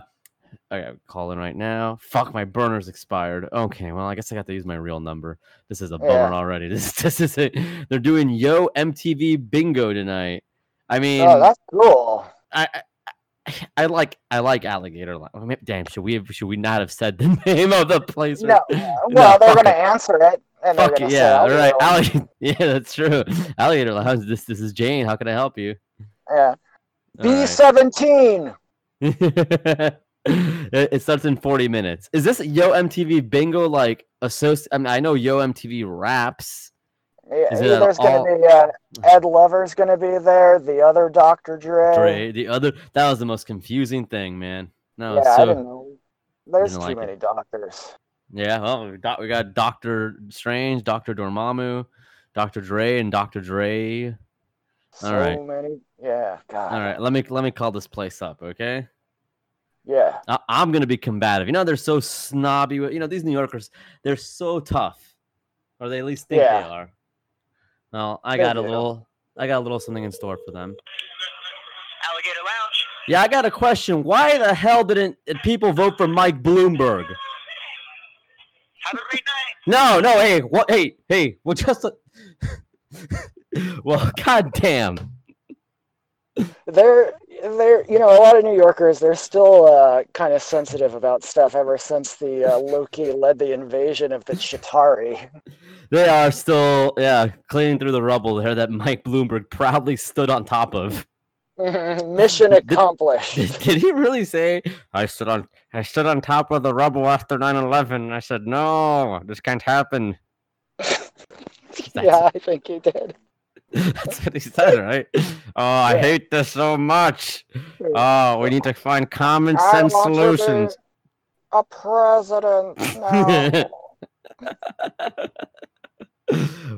okay, I'm calling right now. Fuck, my burner's expired. Okay, well, I guess I got to use my real number. This is a bummer
Yeah.
already. This, this is it. They're doing Yo MTV Bingo tonight. I mean,
Oh, that's cool.
I, I- I, I like, I like Alligator. Lounge. I mean, Damn, should we, have, should we not have said the name of the place? or-
No, Well, they're
fuck
gonna
it.
answer it, and they're
Fuck
gonna
it,
say,
yeah, all right,
Alligator Lounge.
Alligator. Yeah, that's true. Alligator Lounge. This, this is Jane. How can I help you?
Yeah.
All
B
right.
seventeen.
it it starts in 40 minutes. Is this Yo MTV Bingo like associate? I mean, I know Yo MTV raps.
Yeah,
Is it at
there's
all-
gonna be uh, Ed Lover's gonna be there. The other Dr. Dre.
Dre, the other that was the most confusing thing, man. No,
yeah, I didn't
so
know. There's too
didn't like it.
many doctors.
yeah, well, we got, we got Doctor Strange, Doctor Dormammu, Doctor Dre, and Doctor Dre.
So
right.
many. Yeah. God.
All right, let me let me call this place up, okay?
Yeah.
I, I'm gonna be combative. You know, they're so snobby. with- You know, these New Yorkers, they're so tough, or they at least think
Yeah.
they are. Well, I
They
got a
do.
little, I got a little something in store for them.
Alligator Lounge.
Yeah, I got a question. Why the hell didn't did people vote for Mike Bloomberg?
Have a great night.
No, no, hey, what? Hey, hey, well, just, a, well, goddamn.
they're they're you know a lot of New Yorkers they're still uh, kind of sensitive about stuff ever since the uh, Loki led the invasion of the Chitari.
They are still, yeah, cleaning through the rubble there that Mike Bloomberg proudly stood on top of.
Mission
Did-
accomplished.
Did, did he really say I stood on I stood on top of the rubble after 9/11? I said no, this can't happen.
yeah, I think he did.
That's what he said, right? Oh, I
Yeah.
hate this so much.
Yeah.
Oh, we need to find common
I
sense
want to be
solutions.
A president now.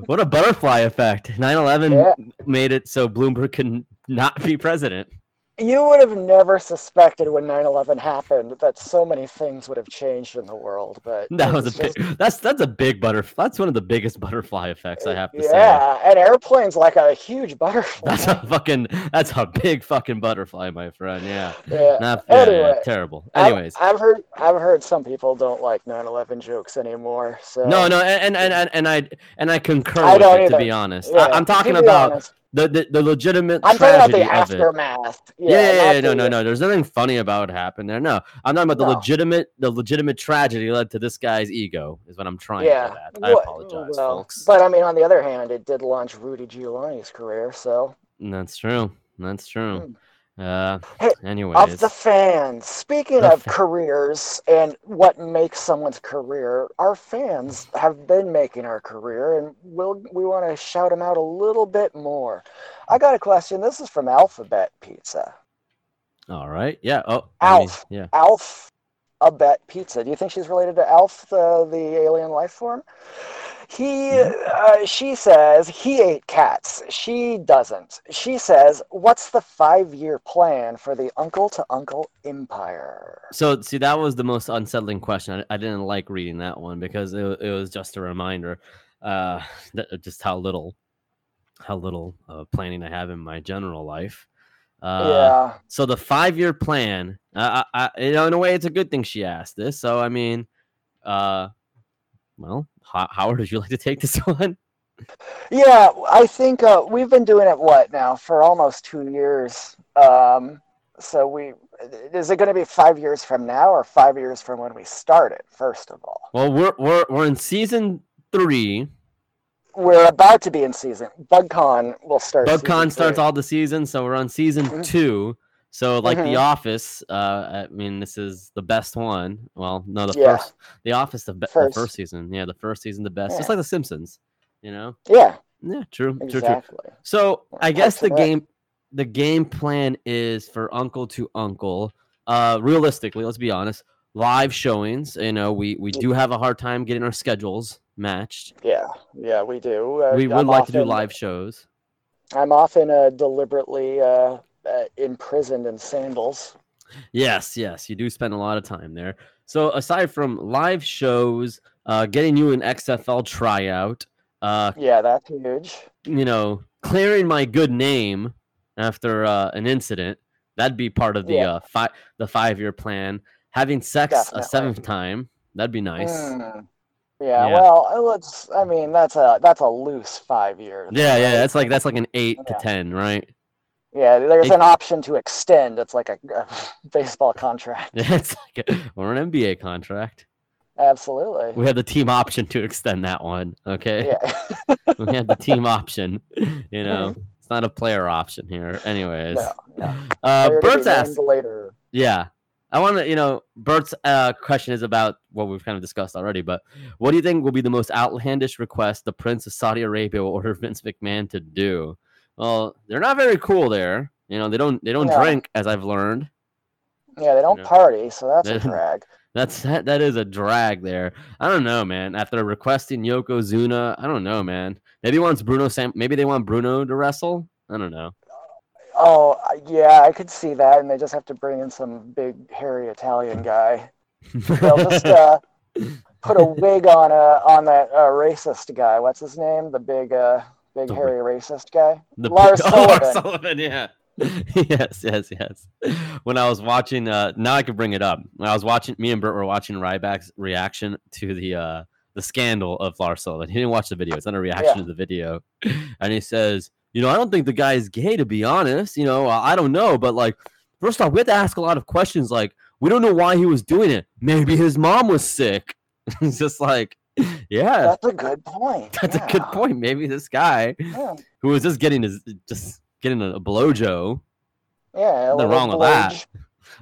what a butterfly effect! 9/11
yeah,
made it so Bloomberg could not be president.
you would have never suspected when 9/11 happened that so many things would have changed in the world. But
That
it
was a
just-
big, that's that's a big butterfly. That's one of the biggest butterfly effects I have to say.
yeah, and airplanes like a huge butterfly.
That's a fucking that's a big fucking butterfly, my friend. Yeah.
Yeah.
Not yeah, yeah,
Anyway,
terrible.
I've-
Anyways.
I've, heard I've heard some people don't like 9/11 jokes anymore. So
no, no, and and and, and I and I concur
I
with
don't
it, to
either.
be honest.
Yeah,
I, I'm
to
talking
be
about
honest,
the, the, the legitimate
I'm talking about
tragedy
the
of it.
aftermath.
Yeah, yeah, yeah,
not
no,
the-
no, no. There's nothing funny about what happened there. No, I'm talking about the
No.
legitimate, the legitimate tragedy led to this guy's ego. Is what I'm trying to
Yeah,
get at. I
what-
apologize,
well,
folks.
But I mean, on the other hand, it did launch Rudy Giuliani's career. So
That's true. That's true. Uh,
Mm. Hey,
anyways,
of the fans. Speaking
The
of
fa-
careers and what makes someone's career, our fans have been making our career, and we'll, we want to shout them out a little bit more. I got a question. This is from Alphabet Pizza.
all right. Yeah. Oh, I mean,
Alf.
yeah.
Alf Abet Pizza. Do you think she's related to Alf, the, the alien life form? He, uh, she says he ate cats. She doesn't. She says, "What's the five-year plan for the uncle to uncle empire?"
So see, that was the most unsettling question. I, I didn't like reading that one because it, wa- it was just a reminder, uh, that, just how little, how little uh, planning I have in my general life. Uh,
yeah,
So the five-year plan, uh, I, I, you know, in a way, it's a good thing she asked this. So I mean, uh, well, Ho- Howard, would you like to take this one?
yeah. I think uh, we've been doing it what now for almost two years. Um, so we is it going to be five years from now or five years from when we started? First of all.
Well, we're we're we're in season three.
we're about to be in season. BugCon will start. season
BugCon starts
three.
all the seasons, so we're on season
Mhm.
two. So like The
Mhm.
Office, uh, I mean, this is the best one. Well, no, the
Yeah.
first, The Office, the, be-
First.
the first season, yeah, the first season, the best, just
Yeah.
like The Simpsons, you know.
Yeah,
Yeah, true, true, true.
exactly.
So
Or
I guess the
Parks and Rec.
game, the game plan is for Uncle to Uncle. Uh, realistically, let's be honest, live showings. You know, we we do have a hard time getting our schedules matched.
Yeah, yeah, we do. Uh,
We would
I'm
like to do
often-
live shows.
I'm often uh, deliberately uh, uh, imprisoned in sandals.
Yes, yes, you do spend a lot of time there. So aside from live shows, uh, getting you an XFL tryout, uh,
Yeah, that's huge.
you know, clearing my good name after uh, an incident, that'd be part of the
Yeah.
uh, five the five year plan. Having sex
Definitely.
a seventh time, that'd be nice.
Mm. Yeah,
Yeah.
well, uh, let's. I mean, that's a that's a loose five years.
Yeah, yeah,
right?
that's like that's like an eight
Yeah.
to ten, right?
yeah. There's
It-
an option to extend. It's like a, a baseball contract.
it's like a, or an MBA contract.
Absolutely.
We had the team option to extend that one. Okay.
Yeah.
we had the team option. You know, it's not a player option here. Anyways,
no, no.
uh,
They're gonna be
Bert's asked.
named later.
Yeah, I want to. You know, Bert's uh, question is about what we've kind of discussed already. But what do you think will be the most outlandish request the Prince of Saudi Arabia will order Vince McMahon to do? Well, they're not very cool there. You know, they don't they don't
No.
drink, as I've learned.
Yeah, they don't
Yeah.
party, so that's a
They-
drag.
That's that, that is a drag there. I don't know, man. After requesting Yokozuna, I don't know, man. Maybe wants Bruno Sam. Maybe they want Bruno to wrestle. I don't know.
Oh, I- yeah, I could see that, and they just have to bring in some big hairy Italian guy. They'll just uh, put a wig on a on that uh, racist guy. What's his name? The big uh, big
The ra-
hairy racist guy.
The p-
Lars
oh,
Sullivan.
Lars Sullivan, yeah. yes, yes, yes. When I was watching, uh, now I can bring it up. When I was watching, me and Bert were watching Ryback's reaction to the uh, the scandal of Lars Sullivan. He didn't watch the video; it's not a reaction to the video. And he says, "You know, I don't think the guy is gay, to be honest. You know, I I don't know, but like, first off, we had to ask a lot of questions. Like, we don't know why he was doing it. Maybe his mom was sick. it's just like, yeah,
That's a good point.
that's a good
yeah.
point. Maybe this guy."
Yeah,
who was just getting his just getting a, a blowjo.
yeah a
Nothing
little
wrong with that.
blowj-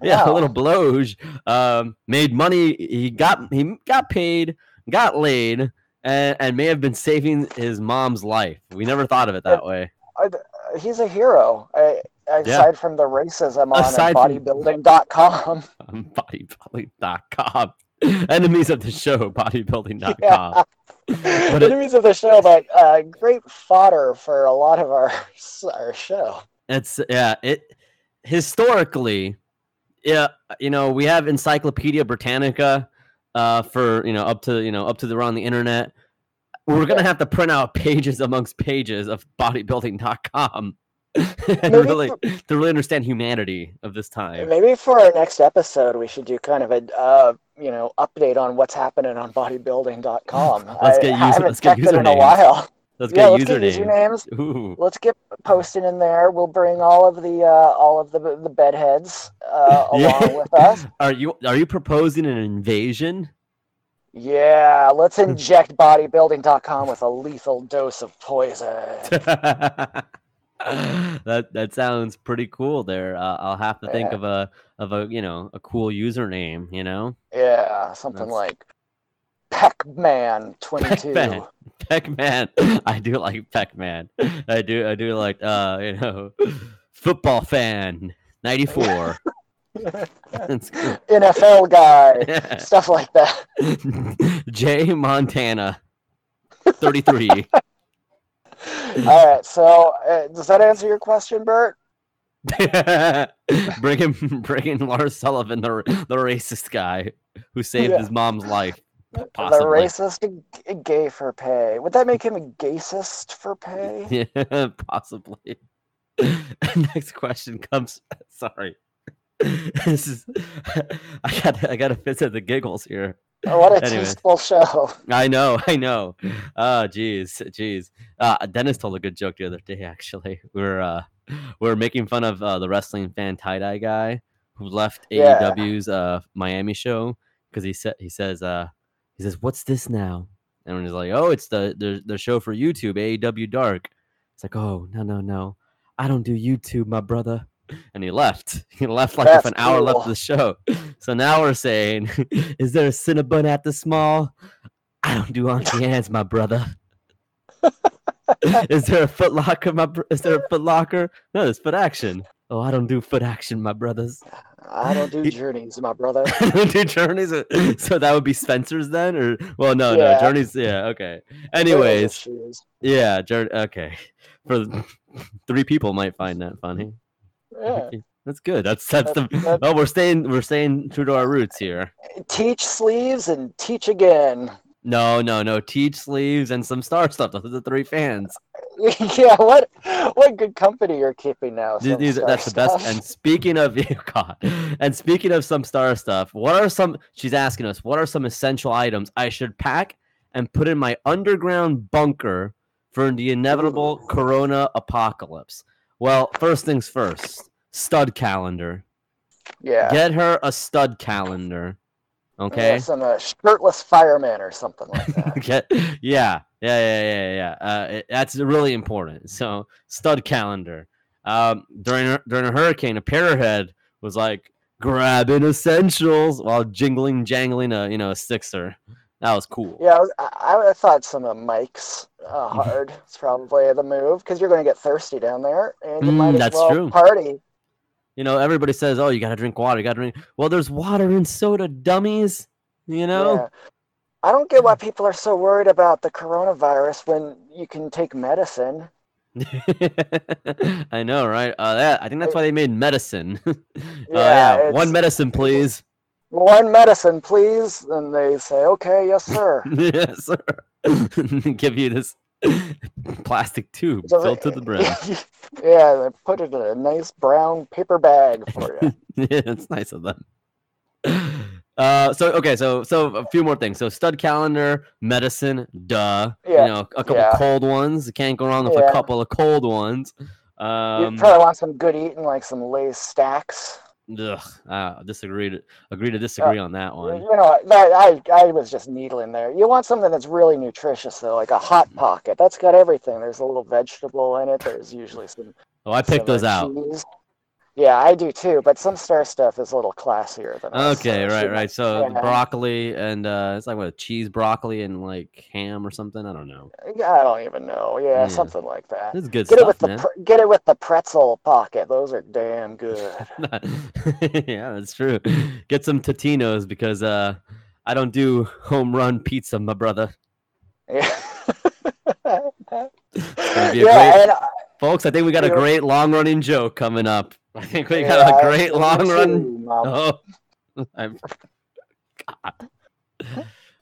Yeah, a
Wow.
little blowj. Um, made money. He got he got paid, got laid, and, and may have been saving his mom's life. We never thought of it that way.
Uh, He's a hero. I, aside from the racism on
Aside from-
bodybuilding.com.
Um, bodybuilding.com. Enemies of the show, bodybuilding.com.
Yeah.
But it-
Enemies of the show, but uh, great fodder for a lot of our our show.
It's yeah, it historically, yeah, you know, we have Encyclopedia Britannica uh, for you know up to you know up to the around the internet. We're gonna have to print out pages amongst pages of bodybuilding.com and
Maybe
really to really understand humanity of this time.
Maybe for our next episode, we should do kind of a uh, you know update on what's happening on bodybuilding.com.
Let's
I
get user-
haven't
let's get
checked it in a
usernames.
while.
Let's
yeah,
get
let's
usernames.
get usernames.
Ooh.
Let's get posting in there. We'll bring all of the uh, all of the the bedheads uh,
Yeah.
along with us.
Are you are you proposing an invasion?
Yeah, let's inject bodybuilding.com with a lethal dose of poison.
that that sounds pretty cool. There, uh, I'll have to think
Yeah.
of a of a you know a cool username. You know,
Yeah, something
That's-
like Pac-Man 22.
Pac-Man. Pac Man. I do like Pac Man. I do I do like uh you know football fan ninety four. That's cool.
NFL guy. Stuff like that.
Jay Montana thirty three.
All right, so uh, does that answer your question, Bert?
bring him, bring in Lars Sullivan, the r- the racist guy who saved
Yeah.
his mom's life. p-
The
Possibly,
racist g- gay for pay. Would that make him a gaysist for pay?
yeah, possibly. Next question comes. Sorry, this is. I got I got to fit to the giggles here.
Oh, What a
Anyway.
tasteful show.
I know, I know. Oh, jeez, jeez. Uh, Dennis told a good joke the other day. Actually, we were uh, we were making fun of uh, the wrestling fan tie dye guy who left
Yeah.
AEW's uh, Miami show because he said he says uh, he says what's this now? And he's like, oh, it's the the the show for YouTube AEW Dark. It's like, oh no no no, I don't do YouTube, my brother. And he left. He left like with
That's
an hour left of
cool.
the show. So now we're saying, is there a Cinnabon at the small? I don't do auntie Anne's, my brother. is there a Foot Locker, my? Br- is there a Foot Locker? No, there's Foot Action. Oh, I don't do Foot Action, my brothers.
I don't do
He-
journeys, my brother.
I don't do Journeys. uh, So that would be Spencer's then, or well, no,
Yeah.
no, Journeys. Yeah, okay.
They're all
Anyways,
issues.
yeah, Journey. Okay, for three people might find that funny.
Yeah.
Okay, That's good. That's that's
That-
the.
that-
Oh, we're staying we're staying true to our roots here.
Teach sleeves and teach again.
No, no, no. Teach sleeves and some star stuff. Those are the three fans.
yeah, what what good company you're keeping now?
Th-
Some
these-
Star
that's the best.
stuff.
And speaking of God, and speaking of some star stuff, what are some? She's asking us what are some essential items I should pack and put in my underground bunker for the inevitable Corona apocalypse. Well, first things first. Stud calendar.
yeah.
Get her a stud calendar.
Yeah,
Okay.
some uh, shirtless fireman or something like that.
Get, yeah, yeah, yeah, yeah, yeah. Uh, it- that's really important. So stud calendar. Um, during a- during a hurricane, a parrot was like grabbing essentials while jingling, jangling a you know a sixer. That was cool.
yeah, I was- I, I thought some of Mike's uh,
Mm-hmm.
hard is probably the move because you're going to get thirsty down there, and you might
Mm,
as
that's
well
true.
party.
You know, everybody says, "Oh, you gotta drink water. You gotta drink." Well, there's water in soda, dummies. You know.
Yeah. I don't get why
Mm.
people are so worried about the coronavirus when you can take medicine.
I know, right? Uh, that, I think that's why they made medicine. Uh,
Yeah,
yeah, one
it's-
medicine, please.
One medicine, please, and they say, "Okay, yes, sir."
yes, sir. Give you this plastic tube
So-
filled to the brim.
yeah, they put it in a nice brown paper bag for you.
yeah, that's nice of them. Uh, so okay, so so a few more things. So stud calendar, medicine, duh.
Yeah,
You know, a couple
yeah.
cold ones. You can't go wrong with
Yeah.
a couple of cold ones. Um,
you probably want some good eating, like some Lay's stacks.
ugh, uh, disagree to agree to
Uh,
disagree on that one.
You know, that I I was just needling there. You want something that's really nutritious though, like a hot
Mm-hmm.
pocket. That's got everything. There's a little vegetable in it. There's usually some.
Oh, I picked
some, uh,
those out.
cheese. Yeah, I do too. But some star stuff is a little classier than. us,
Okay,
so she
right,
might-
right. So the
yeah.
broccoli and uh, it's like what cheese, broccoli, and like ham or something. I don't know.
I don't even know. Yeah,
Yeah.
something like that.
This is good
Get it
stuff,
with the
man.
pre- get it with the pretzel pocket. Those are damn good.
yeah, that's true. Get some Totino's because uh, I don't do home run pizza, my brother.
yeah,
be a
yeah,
great-
and
Folks, I think we got a
Yeah.
great long running joke coming up. I think we got a great long run.
run.
Oh, I'm. God.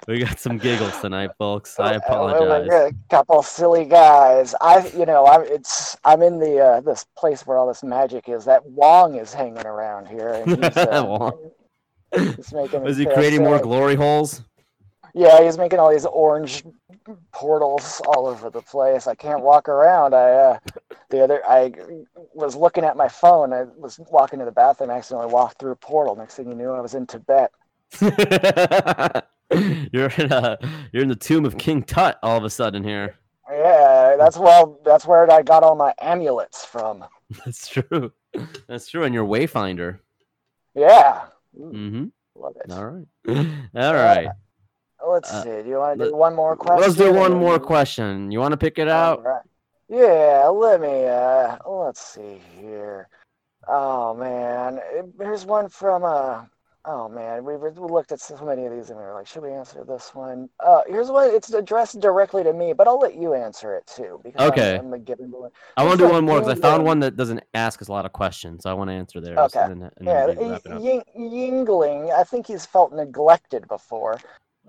We got some giggles tonight, folks.
Oh,
I apologize.
couple silly guys. I, you know, I'm it's I'm in the uh, this place where all this magic is. That Wong is hanging around here. And he's, uh,
Wong.
he's making.
Was he
his
creating more
fancy-
glory holes?
Yeah, he's making all these orange portals all over the place. I can't walk around. I uh, the other I was looking at my phone. I was walking to the bathroom. I accidentally walked through a portal. Next thing you knew, I was in Tibet.
you're in a, you're in the tomb of King Tut all of a sudden here.
Yeah, that's well. That's where I got all my amulets from.
That's true. That's true. And your wayfinder.
Yeah,
Mm-hmm.
love it.
All right. All right.
Let's
Uh,
see. Do you want to
let-
do one more question?
Let's do one more question. You want to pick it
All
out?
right. Yeah, let me. Uh, let's see here. Oh man, here's one from. Uh, oh man, we were- we looked at so many of these and we were like, should we answer this one? Uh, here's one. It's addressed directly to me, but I'll let you answer it too because I'm-
Okay.
I'm, a given one.
I
It's
want to do
a
one more because I
really
found
good-
one that doesn't ask us a lot of questions. So I want to answer theirs.
Okay.
And then, and
Yeah,
then we wrap it up.
Ying, Yingling. I think he's felt neglected before.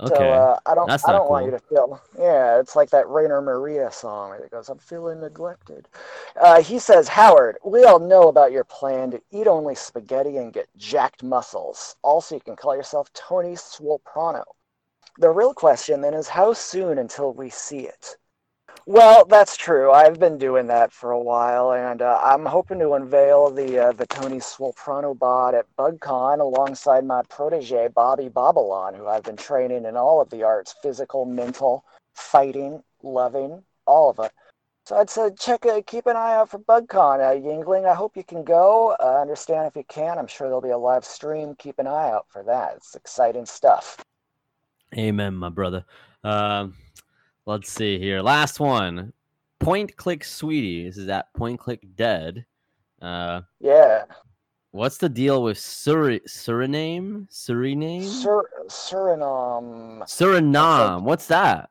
So
Okay.
uh, I don't,
That's
I
not
don't want you
cool.
to feel. Yeah, it's like that Rainer Maria song that goes, "I'm feeling neglected." Uh, he says, "Howard, we all know about your plan to eat only spaghetti and get jacked muscles. Also, you can call yourself Tony Swoprano. The real question then is, how soon until we see it?" Well, that's true. I've been doing that for a while, and uh, I'm hoping to unveil the uh, the Tony Swoprano bod at BugCon alongside my protege Bobby Babylon, who I've been training in all of the arts: physical, mental, fighting, loving, all of it. So I'd say check, uh, keep an eye out for BugCon, uh, Yingling. I hope you can go. Uh, I understand if you can. I'm sure there'll be a live stream. Keep an eye out for that. It's exciting stuff.
Amen, my brother. Um, let's see here. Last one. Point click sweetie. This is at point click dead. Uh,
Yeah,
what's the deal with Suri- Suriname? Suriname?
Sur- Suriname.
Suriname. What's that?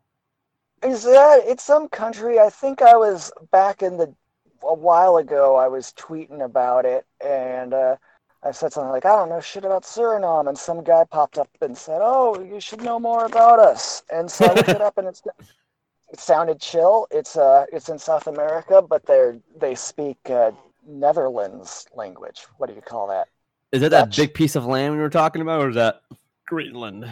Is that it's some country? I think I was back in the a while ago. I was tweeting about it, and uh, I said something like, "I don't know shit about Suriname," and some guy popped up and said, "Oh, you should know more about us." And so I looked it up, and it's it sounded chill. It's uh, it's in South America, but they're they speak uh, Netherlands language. What do you call that?
Is that that
Dutch.
big piece of land we were talking about, or is that Greenland?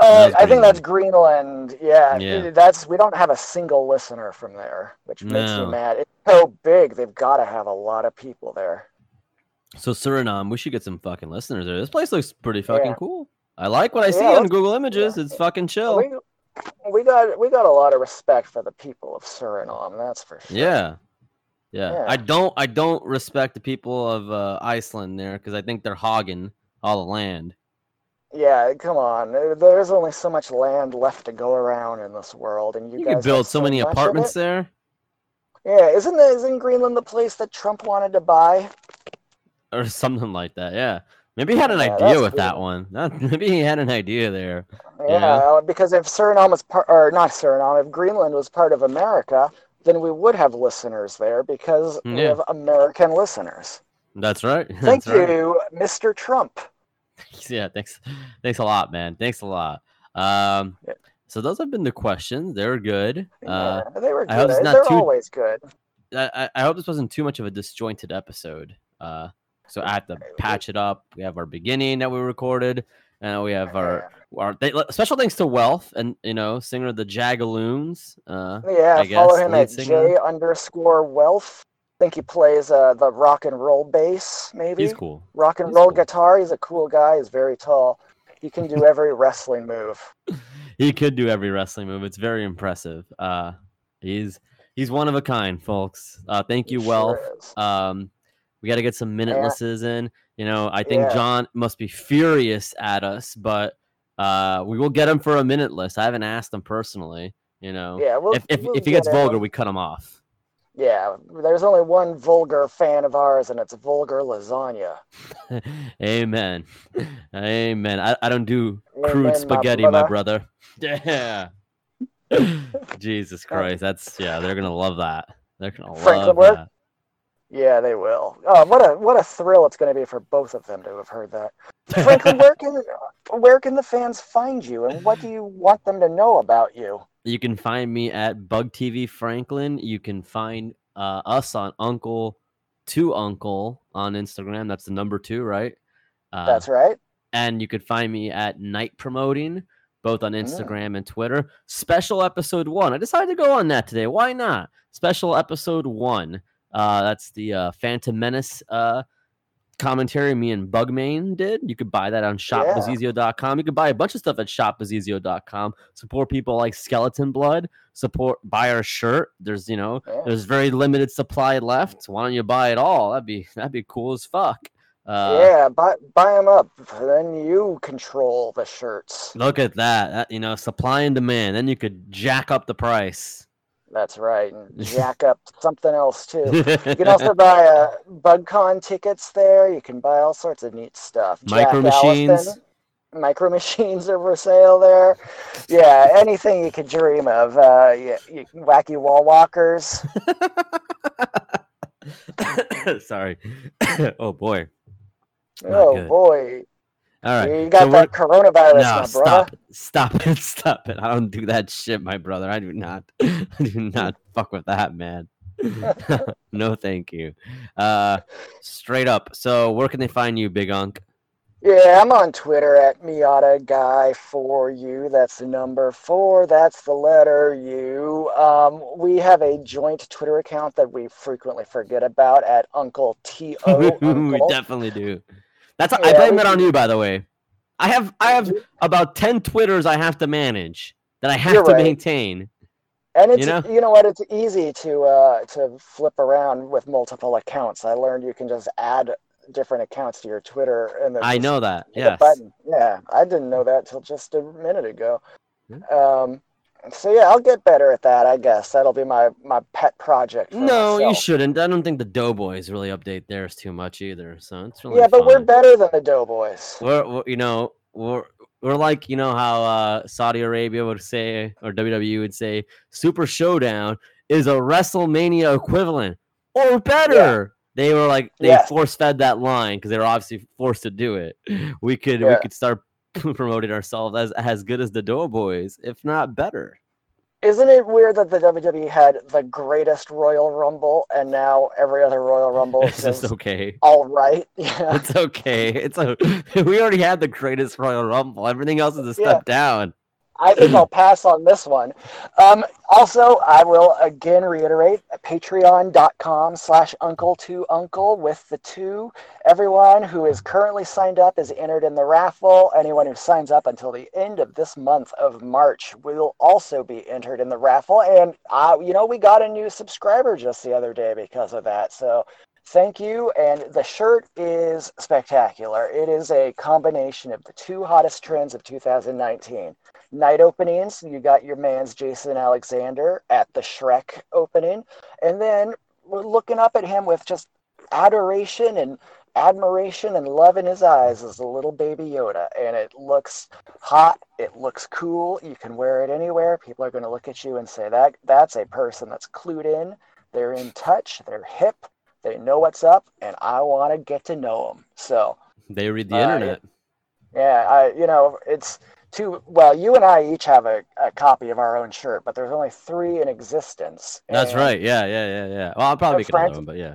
Uh,
That was
I think that's Greenland. Yeah,
Yeah.
that's we don't have a single listener from there, which makes
No.
me mad. It's so big; they've got to have a lot of people there.
So Suriname, we should get some fucking listeners there. This place looks pretty fucking
Yeah.
cool. I like what I see
Yeah,
on
let's-
Google Images. It's fucking chill.
We, we got we got a lot of respect for the people of Suriname. That's for sure.
Yeah. Yeah. I
Yeah.
don't I don't respect the people of uh, Iceland there because I think they're hogging all the land.
Yeah, come on. There- There's only so much land left to go around in this world, and you,
You
guys
could
have
build so many
much of
apartments
it.
there.
Yeah, isn't the, isn't Greenland the place that Trump wanted to buy?
Or something like that. Yeah. Maybe he had an
Yeah,
idea
that's
with that
cool.
one. That- maybe he had an idea there.
Yeah, uh, because if Suriname was part, or not Suriname, if Greenland was part of America, then we would have listeners there because we
Mm, Yeah.
have American listeners.
That's right.
Thank
That's right.
you, Mr. Trump.
yeah thanks thanks a lot man thanks a lot um
Yeah.
so those have been the questions they're good uh
yeah, they were
I hope
good.
it's not
They're
too-
always good.
I, I I hope this wasn't too much of a disjointed episode uh so i have to patch it up we have our beginning that we recorded and we have our our they, special thanks to wealth and you know singer of the jagaloons uh
Yeah,
I
follow
guess,
him
lead
at
singer.
J underscore Wealth. think he plays uh, the rock and roll bass, maybe.
he's cool
Rock and
he's
roll
cool.
guitar. He's a cool guy. He's very tall. He can do every wrestling move.
he could do every wrestling move it's very impressive uh he's he's one of a kind folks uh thank
He
you
sure
wealth
is.
Um, we got to get some minutelesses in. You know, I think
Yeah.
John must be furious at us, but uh, we will get him for a minute list. I haven't asked him personally. You know,
Yeah, we'll,
Oh. if if,
we'll
if he
get
gets vulgar,
him.
we cut him off.
Yeah, there's only one vulgar fan of ours, and it's vulgar lasagna.
Amen, amen. I, I don't do
Amen, my
crude spaghetti, my
brother.
brother. Yeah. Jesus Christ, that's yeah. They're gonna love that. They're gonna
Franklin,
love
where-
that.
Yeah, they will. Oh, what a what a thrill it's going to be for both of them to have heard that. Franklin, where can where can the fans find you, and what do you want them to know about you?
You can find me at Bug TV Franklin. You can find uh, us on Uncle to Uncle on Instagram. That's the number two, right? Uh,
That's right.
and you could find me at Night Promoting, both on Instagram and Twitter. Special episode one. I decided to go on that today. Why not? Special episode one. Uh, that's the uh, Phantom Menace uh, commentary me and Bugmain did. You could buy that on shopbazizio.com. You could buy a bunch of stuff at shopbazizio.com. Support people like Skeleton Blood. Support buy our shirt. There's you know
Yeah.
there's very limited supply left. Why don't you buy it all? That'd be that'd be cool as fuck. Uh,
yeah, buy buy them up. Then you control the shirts.
Look at that. that. You know, supply and demand. Then you could jack up the price.
That's right. And jack up something else too. You can also buy uh, BugCon tickets there. You can buy all sorts of neat stuff. Jack
Micro
Allison,
machines.
Micro machines are for sale there. Yeah, anything you could dream of. Uh, yeah, you, wacky wall walkers.
Sorry. oh boy. Not
oh
good.
boy,
All right.
you got
so
that
we're-
coronavirus, my
no,
brother.
stop it. Stop it. Stop it. I don't do that shit, my brother. I do not. I do not fuck with that, man. no, thank you. Uh straight up. So where can they find you, Big Unk?
Yeah, I'm on Twitter at Miata Guy for you. That's the number four. That's the letter U. Um, we have a joint Twitter account that we frequently forget about at Uncle T O.
we
Uncle.
definitely do. That's I
Yeah,
blame
we
that on
do.
you, by the way. I have I have about ten Twitters I have to manage that I have
You're
to
right.
maintain.
And it's
You
you know? what? It's easy to uh, to flip around with multiple accounts. I learned you can just add different accounts to your Twitter and then
I
just
know that.
hit a
Yes.
button. Yeah, I didn't know that till just a minute ago.
Yeah.
Um, so yeah, I'll get better at that. I guess that'll be my my pet project. For
No, you
myself.
shouldn't. I don't think the Doughboys really update theirs too much either. So it's really
Yeah, but we're
fine.
better than the Doughboys.
We're, we're- you know we're we're like you know how uh, Saudi Arabia would say or WWE would say Super Showdown is a WrestleMania equivalent or better. They were like they
Yes.
force fed that line because they were obviously forced to do it. We could we
Yeah.
could start promoting ourselves as as good as the Doughboys, if not better.
Isn't it weird that the WWE had the greatest Royal Rumble and now every other Royal Rumble is
It's
just
just okay.
all right? Yeah.
It's okay. It's a, we already had the greatest Royal Rumble. Everything else is a
Yeah.
step down.
I think I'll pass on this one. Um, also, I will again reiterate patreon.com slash uncle to uncle with the two. Everyone who is currently signed up is entered in the raffle. Anyone who signs up until the end of this month of March will also be entered in the raffle. And, uh, you know, we got a new subscriber just the other day because of that. So Thank you. And the shirt is spectacular. It is a combination of the two hottest trends of 2019 night openings. You got your man's Jason Alexander at the Shrek opening. And then we're looking up at him with just adoration and admiration and love in his eyes as a little baby Yoda. And it looks hot. It looks cool. You can wear it anywhere. People are going to look at you and say, that that's a person that's clued in. They're in touch. They're hip. They know what's up, and I want to get to know them. So,
They read the
Uh, yeah.
internet.
yeah, I, you know, it's too well. You and I each have a, a copy of our own shirt, but there's only three in existence.
That's
and-
right. Yeah, yeah, yeah, yeah. Well, I'll probably make another
Frank-
one, but yeah.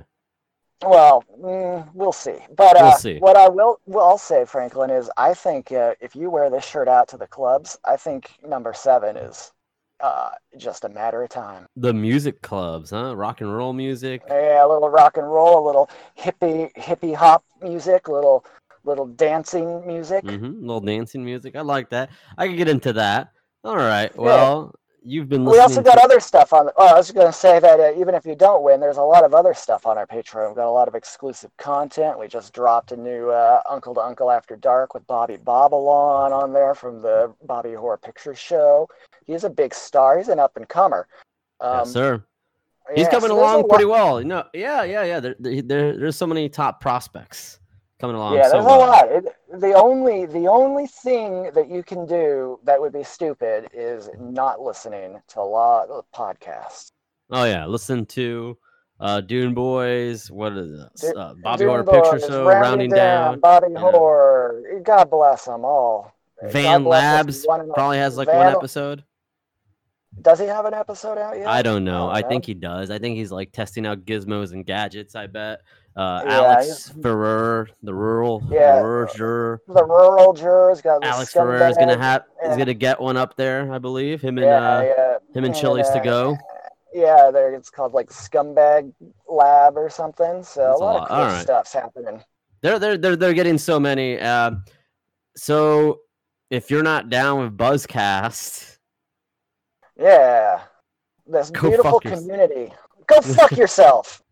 Well, mm, we'll see. But
We'll
uh,
see.
what I will, well, I'll say, Franklin, is I think uh, if you wear this shirt out to the clubs, I think number seven is uh, just a matter of time.
The music clubs, huh? Rock and roll music.
Yeah, a little rock and roll, a little hippie hippie hop music, little little dancing music.
hmm Little dancing music. I like that. I could get into that. All right. Well, you've been listening.
we also got
to-
other stuff on. Oh, I was going to say that uh, even if you don't win, there's a lot of other stuff on our Patreon. We've got a lot of exclusive content. We just dropped a new uh, Uncle to Uncle After Dark with Bobby Bobalon on there from the Bobby Horror Picture Show. He's a big star. He's an up and comer. Um,
yes, sir.
yeah,
He's coming
so there's a
along
lot-
pretty well. You know, yeah, yeah, yeah. There, there, there- there's so many top prospects coming along.
Yeah,
so
there's a
well.
lot. It, the only the only thing that you can do that would be stupid is not listening to a lot of podcasts.
Oh yeah, listen to uh, Uh, Dune Boys, what is
Du-
it? Uh, Bobby
Doom
Orr Picture
Boys,
Show,
Rounding,
Rounding
Down,
Down.
Bobby
know.
Hoare. God bless them all. God
Van
bless this
Labs
one and all-
probably has like
Van-
one episode.
Does he have an episode out yet?
I don't know.
Oh,
I
no.
think he does. I think he's like testing out gizmos and gadgets. I bet. Uh,
Yeah,
Alex
he's-
Ferrer, the rural,
Yeah,
rural juror.
The rural jurors got this
Alex Ferrer is gonna
scumbag.
have. Is
yeah.
gonna get one up there, I believe. Him and
yeah,
uh,
yeah,
him and Chili's to
uh,
go.
Yeah, there it's called like Scumbag Lab or something. So
That's
a lot,
a lot.
of cool
All right.
stuff's happening.
They're they're they're they're getting so many. Uh, so if you're not down with Buzzcast,
Yeah, this
Go
beautiful
fuck yourself.
community. Go fuck yourself.